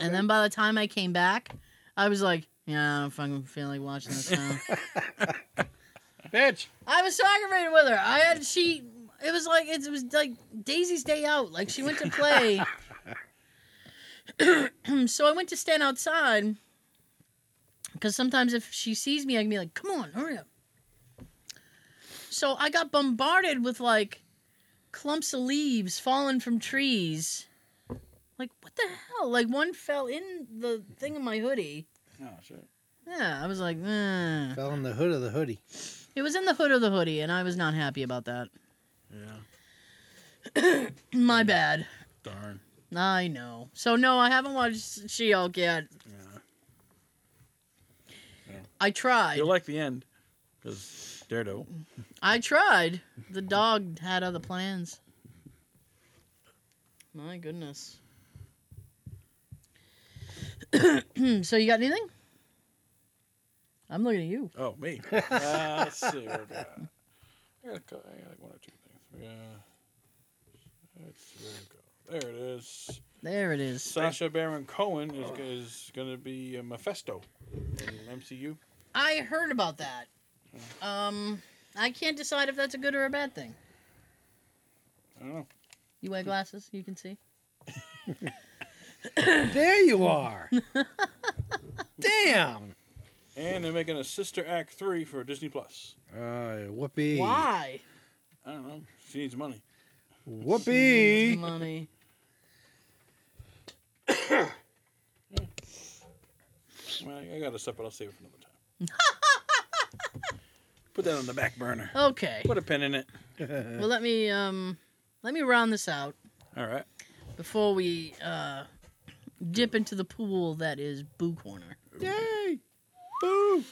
A: And then by the time I came back, I was like, "Yeah, I don't fucking feel like watching this now."
C: Bitch.
A: I was so aggravated with her. I had she. It was like it was like Daisy's day out. Like she went to play. so I went to stand outside. Because sometimes if she sees me, I can be like, "Come on, hurry up." So I got bombarded with like clumps of leaves falling from trees. Like what the hell? Like one fell in the thing of my hoodie.
B: Oh, shit.
A: Yeah, I was like, eh.
C: Fell in the hood of the hoodie.
A: it was in the hood of the hoodie, and I was not happy about that.
B: Yeah.
A: My bad.
B: Darn.
A: I know. So no, I haven't watched She-Hulk yet.
B: Yeah.
A: I tried.
B: You'll like the end. Because Daredevil.
A: I tried. The dog had other plans. My goodness. so you got anything? I'm looking at you.
B: Oh, me. Uh, let's see. What we got. I got a cou- I got like one or two things. Yeah. Let's see where it go. There it is.
A: There it is.
B: Sasha Baron Cohen is, is going to be a Mephisto in MCU.
A: I heard about that. Um, I can't decide if that's a good or a bad thing.
B: I don't know.
A: You wear glasses, you can see.
C: There you are.
D: Damn.
B: And they're making a Sister Act 3 for Disney Plus.
C: Uh, whoopee.
A: Why?
B: I don't know. She needs money.
C: Whoopee.
A: Money.
B: Well, I got other stuff, but I'll save it for another time. Put that on the back burner.
A: Okay.
B: Put a pin in it.
A: Well, let me um, let me round this out
B: All right.
A: before we uh, dip into the pool that is Boo Corner.
C: Yay. Boo.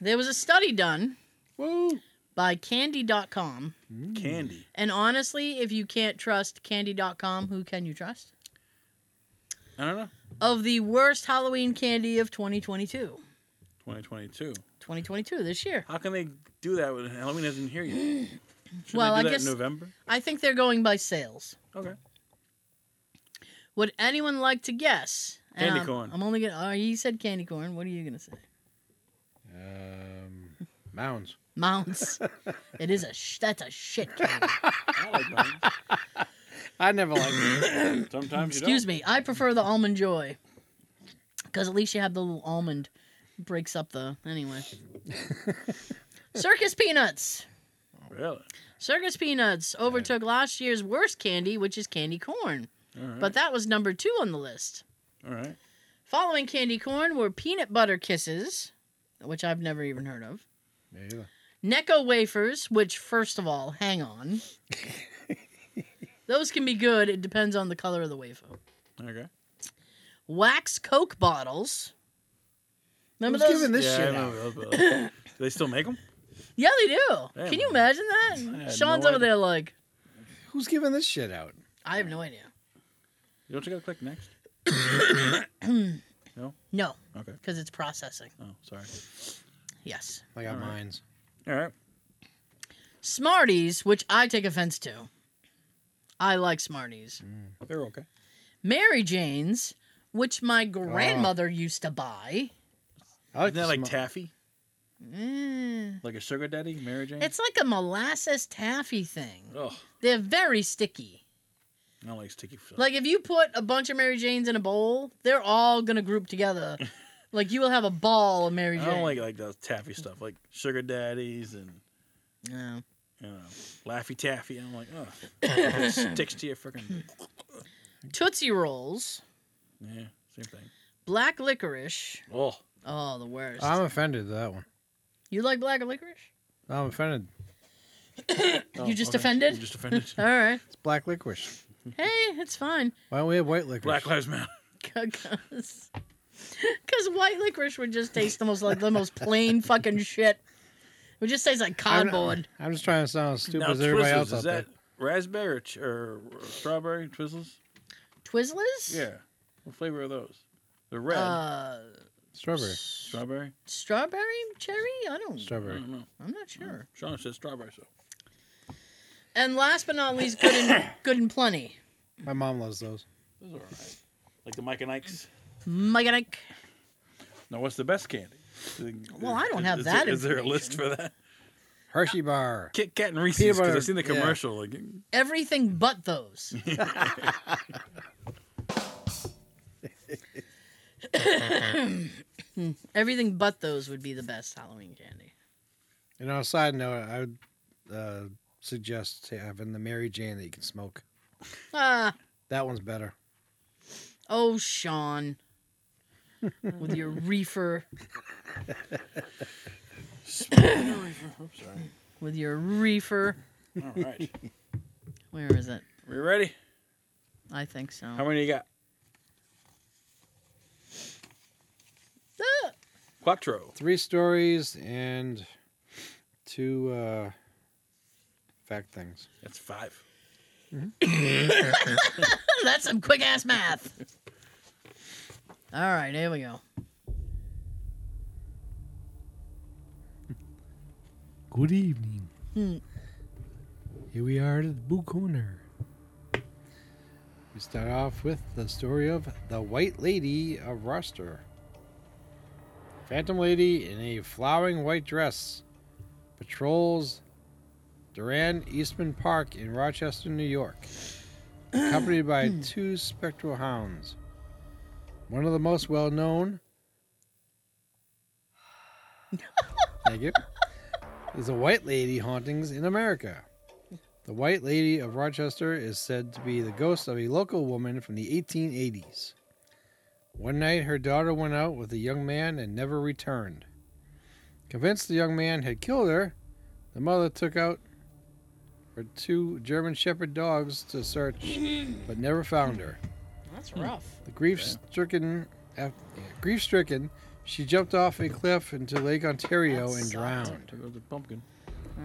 A: There was a study done
C: Woo.
A: by Candy.com,
C: Mm.
B: Candy.
A: and honestly, if you can't trust Candy.com, who can you trust?
B: I don't know.
A: Of the worst Halloween candy of 2022,
B: 2022.
A: 2022 this year.
B: How can they do that when Halloween isn't here yet? Should
A: Well,
B: they do
A: I
B: that
A: guess-
B: in November.
A: I think they're going by sales.
B: Okay.
A: Would anyone like to guess? And
B: Candy
A: I'm-
B: corn.
A: I'm only gonna. Oh, you said candy corn. What are you gonna say?
C: Um, mounds.
A: Mounts. it is a. Sh- that's a shit candy.
B: I like mine.
C: I never liked it.
B: Sometimes you don't.
A: Excuse me. I prefer the almond joy. Because at least you have the little almond. Breaks up the. Anyway. Circus peanuts.
B: Really?
A: Circus peanuts overtook last year's worst candy, which is candy corn.
B: All right.
A: But that was number two on the list.
B: All right.
A: Following candy corn were peanut butter kisses, which I've never even heard of.
C: Me either.
A: Necco wafers, which, first of all, hang on. Those can be good. It depends on the color of the wafer.
B: Okay.
A: wax Coke bottles. Remember
C: Who's
A: those?
C: giving this
B: yeah,
C: shit
B: I
C: out?
B: know those, but- do they still make them?
A: yeah, they do.
B: Damn.
A: Can you imagine
B: I
A: that?
B: had
A: Sean's
B: no
A: over
B: idea.
A: there like,
C: Who's giving this shit out?
A: I have no idea.
B: You don't you gotta click next?
A: No,
B: Okay.
A: because it's processing.
B: Oh, sorry.
A: Yes.
C: I got
B: All right.
C: mines.
B: All right.
A: Smarties, which I take offense to. I like Smarties.
C: Mm.
B: They're okay.
A: Mary Jane's, which
B: Ah.
A: my grandmother used to buy.
C: I like
B: Isn't that like
C: the sma-
B: taffy?
A: Mm.
B: Like a sugar daddy, Mary Jane?
A: It's like a molasses taffy thing.
B: oh,
A: They're very sticky.
B: I don't like sticky stuff.
A: Like if you put a bunch of Mary Janes in a bowl, they're all gonna group together. like you will have a ball of Mary
B: I
A: Jane.
C: Oh
B: don't like like those taffy stuff, like sugar daddies and
A: No.
B: you know laffy taffy. I'm like, oh, it sticks to your freaking
A: Tootsie Rolls,
B: yeah, same thing.
A: black licorice.
B: Oh,
A: Oh, the worst.
C: I'm offended to that one.
A: you like black licorice?
C: I'm offended.
B: Oh,
A: you just
B: okay.
A: offended?
B: You just offended.
A: All right.
C: It's black licorice.
A: Hey, it's fine.
C: Why don't we have white licorice?
B: Black Lives Matter.
A: Because white licorice would just taste the most like the most plain fucking shit. It would just taste like
C: I'm-
A: cardboard.
C: I'm, just trying to sound as stupid
B: Now
C: as everybody
B: Twizzlers,
C: else
B: is
C: out
B: that
C: there.
B: raspberry or, ch- or strawberry Twizzlers?
A: Twizzlers?
B: Yeah, What flavor are those? They're red.
A: Uh,
C: Strawberry.
A: s-
B: strawberry?
A: strawberry cherry. I don't.
B: I
C: Strawberry.
B: don't know. Hmm.
A: I'm not sure.
B: Sean says strawberry, so.
A: And last but not least, good and good and plenty.
C: My mom loves those.
B: Those are all right. Like the Mike and Ike's.
A: Mike and Ike.
B: Now, what's the best candy?
A: Well, I don't have
B: is
A: that
B: There, is there a list for
A: information.
B: that?
C: Hershey bar.
B: Kit Kat and
C: Peanut
B: Reese's because
C: butter,
B: I've seen the
C: yeah.
B: commercial. Like,
A: Everything but those. Everything but those would be the best Halloween candy.
C: And on a side note, I would uh, suggest having the Mary Jane that you can smoke.
A: Ah,
C: That one's better.
A: oh, Sean. With your reefer,
B: Oops, sorry.
A: with your reefer.
B: All right.
A: Where is it?
B: We ready?
A: I think so.
B: How many you got?
A: Ah!
B: Quattro.
C: Three stories and two uh, fact things.
B: That's five.
A: That's some quick ass math. All right, here we go.
E: Good evening.
A: Hmm.
E: Here we are at the Boo Corner.
C: We start off with the story of the White Lady of Roster. Phantom Lady in a flowing white dress patrols Duran Eastman Park in Rochester, New York, accompanied by two spectral hounds. One of the most well known. Thank you. Is the White Lady hauntings in America. The White Lady of Rochester is said to be the ghost of a local woman from the 1880s. One night, her daughter went out with a young man and never returned. Convinced the young man had killed her, the mother took out her two German Shepherd dogs to search, but never found her.
A: That's rough.
C: The grief-stricken, af- yeah, grief-stricken, she jumped off a cliff into Lake Ontario
A: That
C: and
A: sucked.
C: drowned.
B: There goes the pumpkin.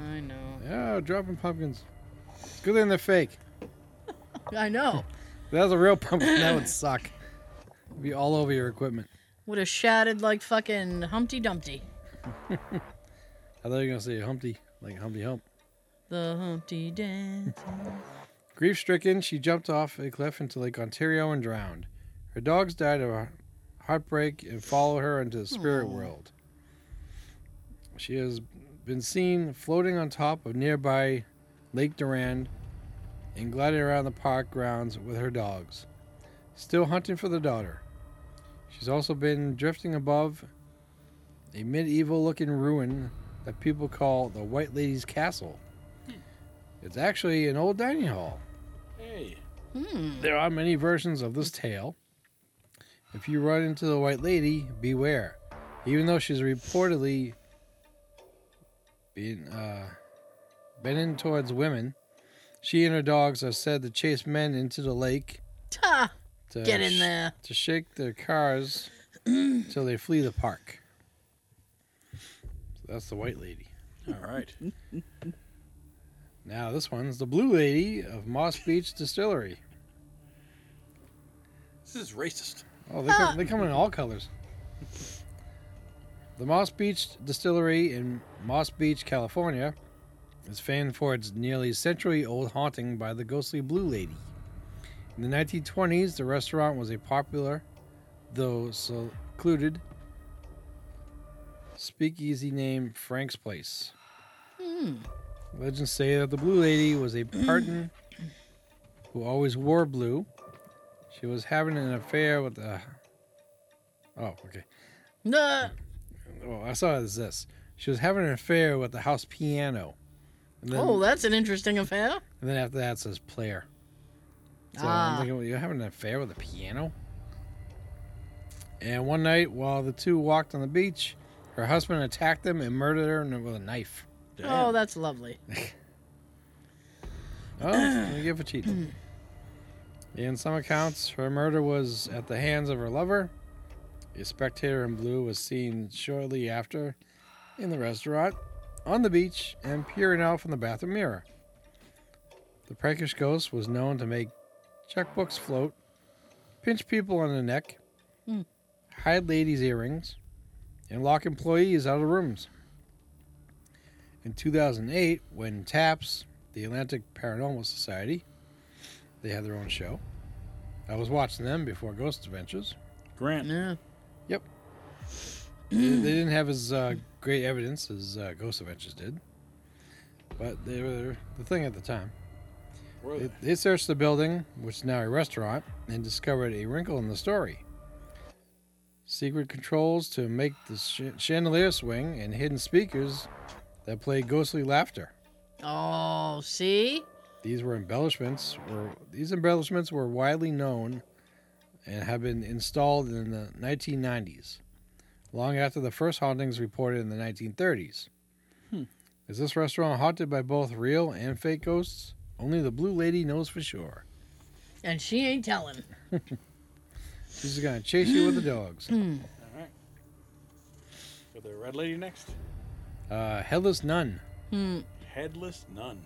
A: I know.
C: Yeah, dropping pumpkins. It's good thing they're fake.
A: I know.
C: If that was a real pumpkin, that would suck. It'd be all over your equipment.
A: Would have shattered like fucking Humpty Dumpty.
C: I thought you were gonna say Humpty, like Humpty Hump.
A: The Humpty Dance.
C: Grief stricken, she jumped off a cliff into Lake Ontario and drowned. Her dogs died of a heartbreak and follow her into the spirit
A: Aw.
C: world. She has been seen floating on top of nearby Lake Durand and gliding around the park grounds with her dogs, still hunting for the daughter. She's also been drifting above a medieval looking ruin that people call the White Lady's Castle. It's actually an old dining hall.
B: Hey.
A: Hmm.
C: There are many versions of this tale. If you run into the White Lady, beware. Even though she's reportedly been uh, bending towards women, she and her dogs are said to chase men into the lake
A: Ta!
C: to
A: Get in
C: sh-
A: there.
C: to shake their cars till they flee the park. So that's the White Lady.
B: All right.
C: Now this one's the Blue Lady of Moss Beach Distillery.
B: This is racist.
C: Oh, they come, they come in all colors. The Moss Beach Distillery in Moss Beach, California, is famed for its nearly century-old haunting by the ghostly Blue Lady. In the 1920s, the restaurant was a popular, though secluded, speakeasy named Frank's Place.
A: Hmm.
C: Legends say that the Blue Lady was a parton who always wore blue. She was having an affair with a. Oh, okay.
A: Nah.
C: Oh, I saw it as this. She was having an affair with the house piano. And then,
A: oh, that's an interesting affair.
C: and then after that it says player. So I'm
A: ah.
C: thinking, well, you're having an affair with a piano? And one night while the two walked on the beach, her husband attacked them and murdered her with a knife.
A: Oh, that's lovely.
C: Oh, let me give a cheat. In some accounts, her murder was at the hands of her lover. A spectator in blue was seen shortly after in the restaurant, on the beach, and peering out from the bathroom mirror. The prankish ghost was known to make checkbooks float, pinch people on the neck,
A: Hmm.
C: hide ladies' earrings, and lock employees out of rooms. In 2008, when TAPS, the Atlantic Paranormal Society, they had their own show. I was watching them before Ghost Adventures.
B: Grant.
A: Yeah.
C: they they didn't have as uh, great evidence as uh, Ghost Adventures did, but they were the thing at the time.
B: Where are
C: They,
B: they?
C: they searched the building, which is now a restaurant, and discovered a wrinkle in the story. Secret controls to make the sh- chandelier swing and hidden speakers that play ghostly laughter.
A: Oh, see?
C: These were embellishments were these embellishments were widely known and have been installed in the 1990s, long after the first hauntings reported in the 1930s.
B: Hmm.
C: Is this restaurant haunted by both real and fake ghosts? Only the Blue Lady knows for sure.
A: And she ain't telling.
C: She's gonna chase you with the dogs.
B: All right. Got the red lady next.
C: Uh, headless nun.
A: Hmm.
B: Headless nun.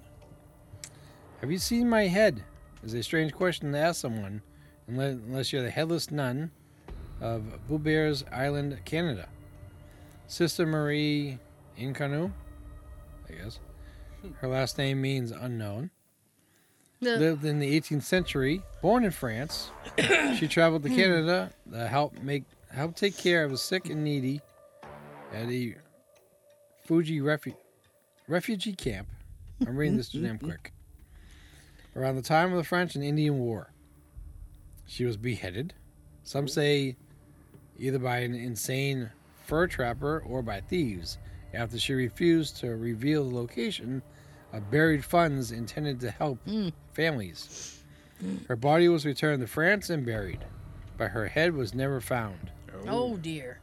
C: Have you seen my head? Is a strange question to ask someone, unless, unless you're the headless nun of Bluebears Island, Canada. Sister Marie Incanu, I guess. Her last name means unknown.
A: The-
C: Lived in the 18th century, born in France. she traveled to Canada to help make help take care of the sick and needy at a Fuji refu- refugee camp. I'm reading this damn quick. Around the time of the French and Indian War, she was beheaded. Some say either by an insane fur trapper or by thieves after she refused to reveal the location of buried funds intended to help
A: Mm.
C: families. Her body was returned to France and buried, but her head was never found.
A: oh, dear.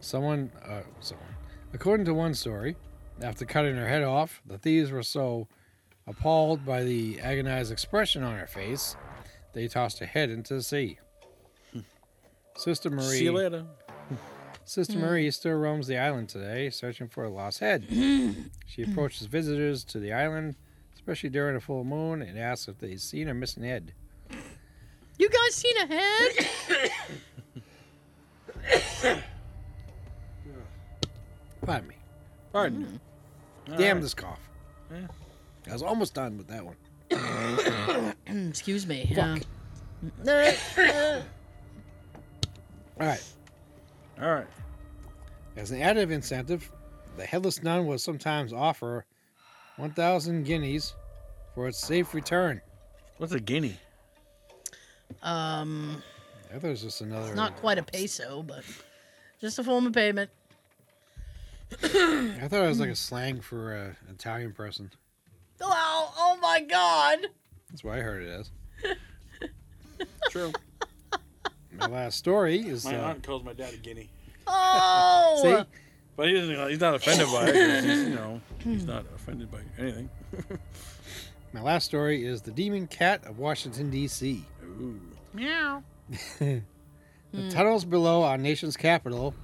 C: Someone, uh, someone. According to one story, after cutting her head off, the thieves were so appalled by the agonized expression on her face, they tossed her head into the sea. Sister
B: See you
C: Marie,
B: later.
C: Sister Marie still roams the island today, searching for a lost head. she approaches visitors to the island, especially during a full moon, and asks if they've seen a missing head.
A: You guys seen a head?
C: Pardon me.
B: Pardon. All
C: Mm-hmm. Damn
B: right.
C: this cough.
B: Yeah.
C: I was almost done with that one.
A: Hmm, Excuse me. Um, Uh, uh,
C: All right.
B: All right.
C: As an added incentive, the headless nun will sometimes offer 1,000 guineas for its safe return.
B: What's a guinea?
A: um,
C: I thought it was just another.
A: it's not quite a peso, but just a form of payment.
C: I thought it was like a slang for an Italian person.
A: Wow! Oh my God!
C: That's what I heard it as.
B: True.
C: My last story is.
B: My
C: Uh,
B: aunt calls my dad a guinea,
A: Oh!
C: see,
B: but he doesn't. He's not offended by it. 'cause He's, you know,
C: Hmm.
B: he's not offended by anything.
C: my last story is the demon cat of Washington, D.C.
B: Ooh.
C: The tunnels below our nation's capital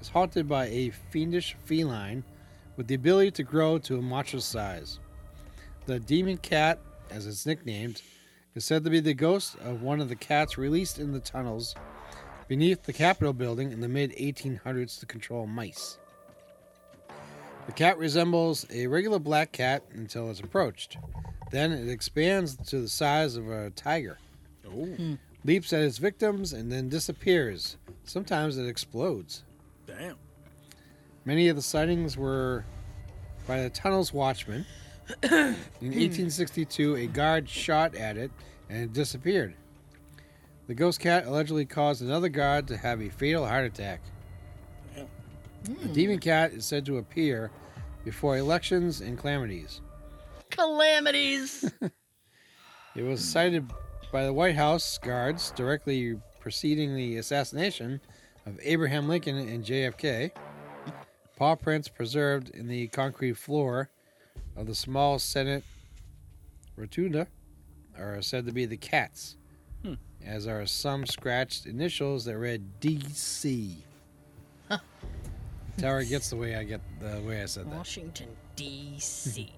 C: is haunted by a fiendish feline with the ability to grow to a monstrous size. The demon cat, as it's nicknamed, is said to be the ghost of one of the cats released in the tunnels beneath the Capitol building in the mid 1800s to control mice. The cat resembles a regular black cat until it's approached. Then it expands to the size of a tiger
B: Oh.
C: leaps at its victims, and then disappears. Sometimes it explodes.
B: Damn.
C: Many of the sightings were by the tunnel's watchman. In 1862, a guard shot at it and it disappeared. The ghost cat allegedly caused another guard to have a fatal heart attack.
B: Damn.
C: The demon cat is said to appear before elections and calamities.
A: Calamities.
C: It was cited by the White House guards directly preceding the assassination of Abraham Lincoln and JFK. Paw prints preserved in the concrete floor of the small Senate rotunda are said to be the cats,
B: Hmm.
C: as are some scratched initials that read DC. Tower gets the way I get the way I said that.
A: Washington D.C.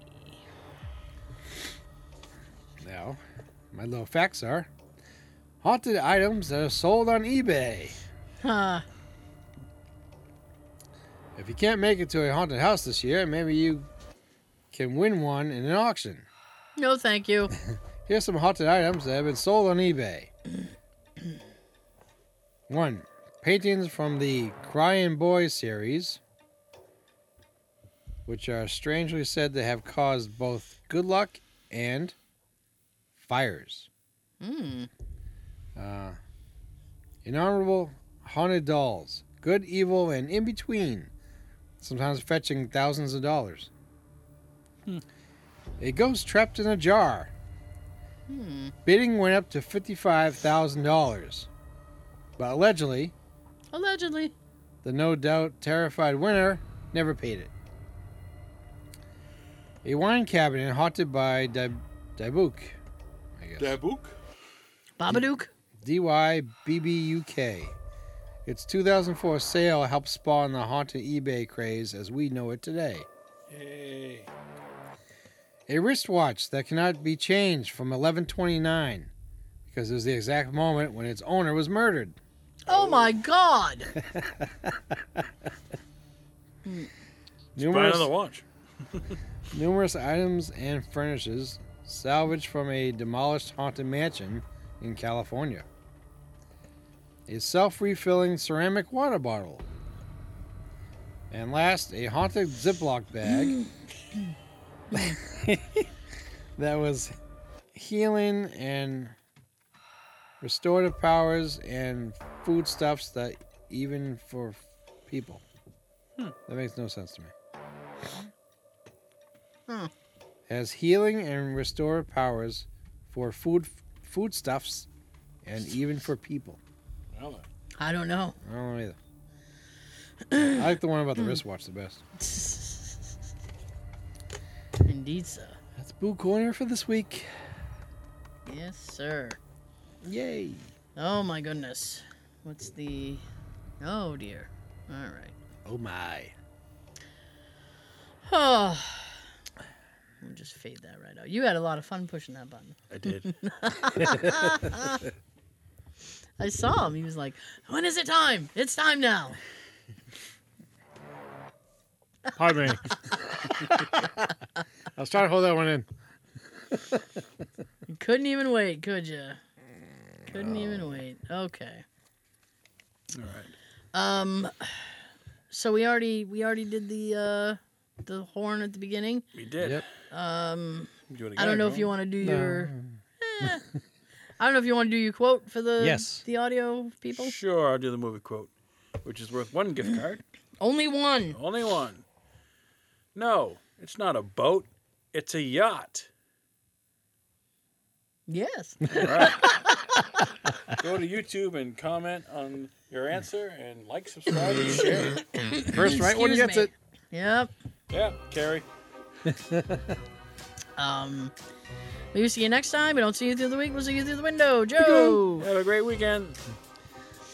C: Now, my little facts are Haunted items that are sold on eBay.
A: Huh.
C: If you can't make it to a haunted house this year, maybe you can win one in an auction.
A: No, thank you.
C: Here's some haunted items that have been sold on eBay. One, paintings from the Crying Boy series, which are strangely said to have caused both good luck and fires.
A: Mm.
C: Uh, innumerable haunted dolls, good, evil, and in between, sometimes fetching thousands of dollars.
B: Hmm.
C: A ghost trapped in a jar.
A: Hmm.
C: Bidding went up to $55,000. But allegedly,
A: Allegedly.
C: the no doubt terrified winner never paid it. A wine cabinet haunted by Dai- Daibuk, I guess.
B: Dabuk?
A: Babadook.
C: DYBBUK. Its 2004 sale helped spawn the haunted eBay craze as we know it today.
B: Yay.
C: A wristwatch that cannot be changed from 1129 because it was the exact moment when its owner was murdered.
A: Oh my god.
B: Buy
C: Numerous,
B: another watch.
C: numerous items and furnitures salvaged from a demolished haunted mansion in California. A self refilling ceramic water bottle. And last, a haunted Ziploc bag that was healing and restorative powers and foodstuffs that even for people. That makes no sense to me.
A: Hmm.
C: Has healing and restorative powers for food foodstuffs and even for people.
B: Well, then.
A: I don't know.
C: I don't know either. I like the one about the wristwatch the best.
A: Indeed, so.
C: That's Boo Corner for this week.
A: Yes, sir.
C: Yay.
A: Oh my goodness. What's the. Oh dear. All right.
C: Oh my.
A: Oh. We'll just fade that right out. You had a lot of fun pushing that button.
B: I did.
A: I saw him. He was like, "When is it time? It's time now."
E: Pardon me.
C: I was trying to hold that one in.
A: You couldn't even wait, could you? Couldn't even wait. Okay.
B: All right.
A: Um. So we already we already did the uh the horn at the beginning.
B: We did.
C: Yep.
A: Um.
B: Do it
A: I don't
B: again,
A: know if
B: huh?
A: you want to do your. Eh. I don't know if you want to do your quote for the
C: Yes.
A: the audio people.
B: Sure, I'll do the movie quote, which is worth one gift card.
A: Only one.
B: Only one. No, it's not a boat. It's a yacht.
A: Yes.
B: All right. Go to YouTube and comment on your answer and like, subscribe, and share.
C: First right one
A: Excuse
C: gets
A: me.
C: it.
A: Yep.
B: Yeah, Carrie.
A: Um. We will see you next time. We don't see you through the week. We'll see you through the window. Joe.
B: Have a great weekend.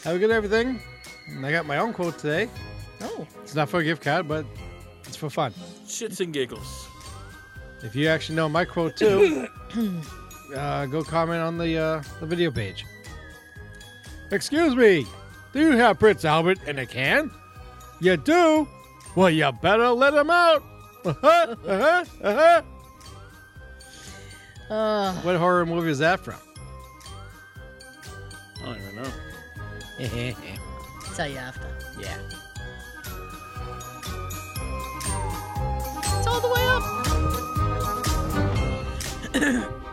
C: Have a good everything. And I got my own quote today.
A: Oh.
C: It's not for a gift card, but it's for fun.
B: Shits and giggles.
C: If you actually know my quote too, uh, go comment on the uh, the video page. Excuse me, do you have Prince Albert in a can? You do? Well, you better let him out. Uh-huh, uh-huh, uh-huh.
A: Uh,
C: What horror movie is that from?
B: I don't even know.
A: tell you after.
C: yeah.
A: It's all the way up.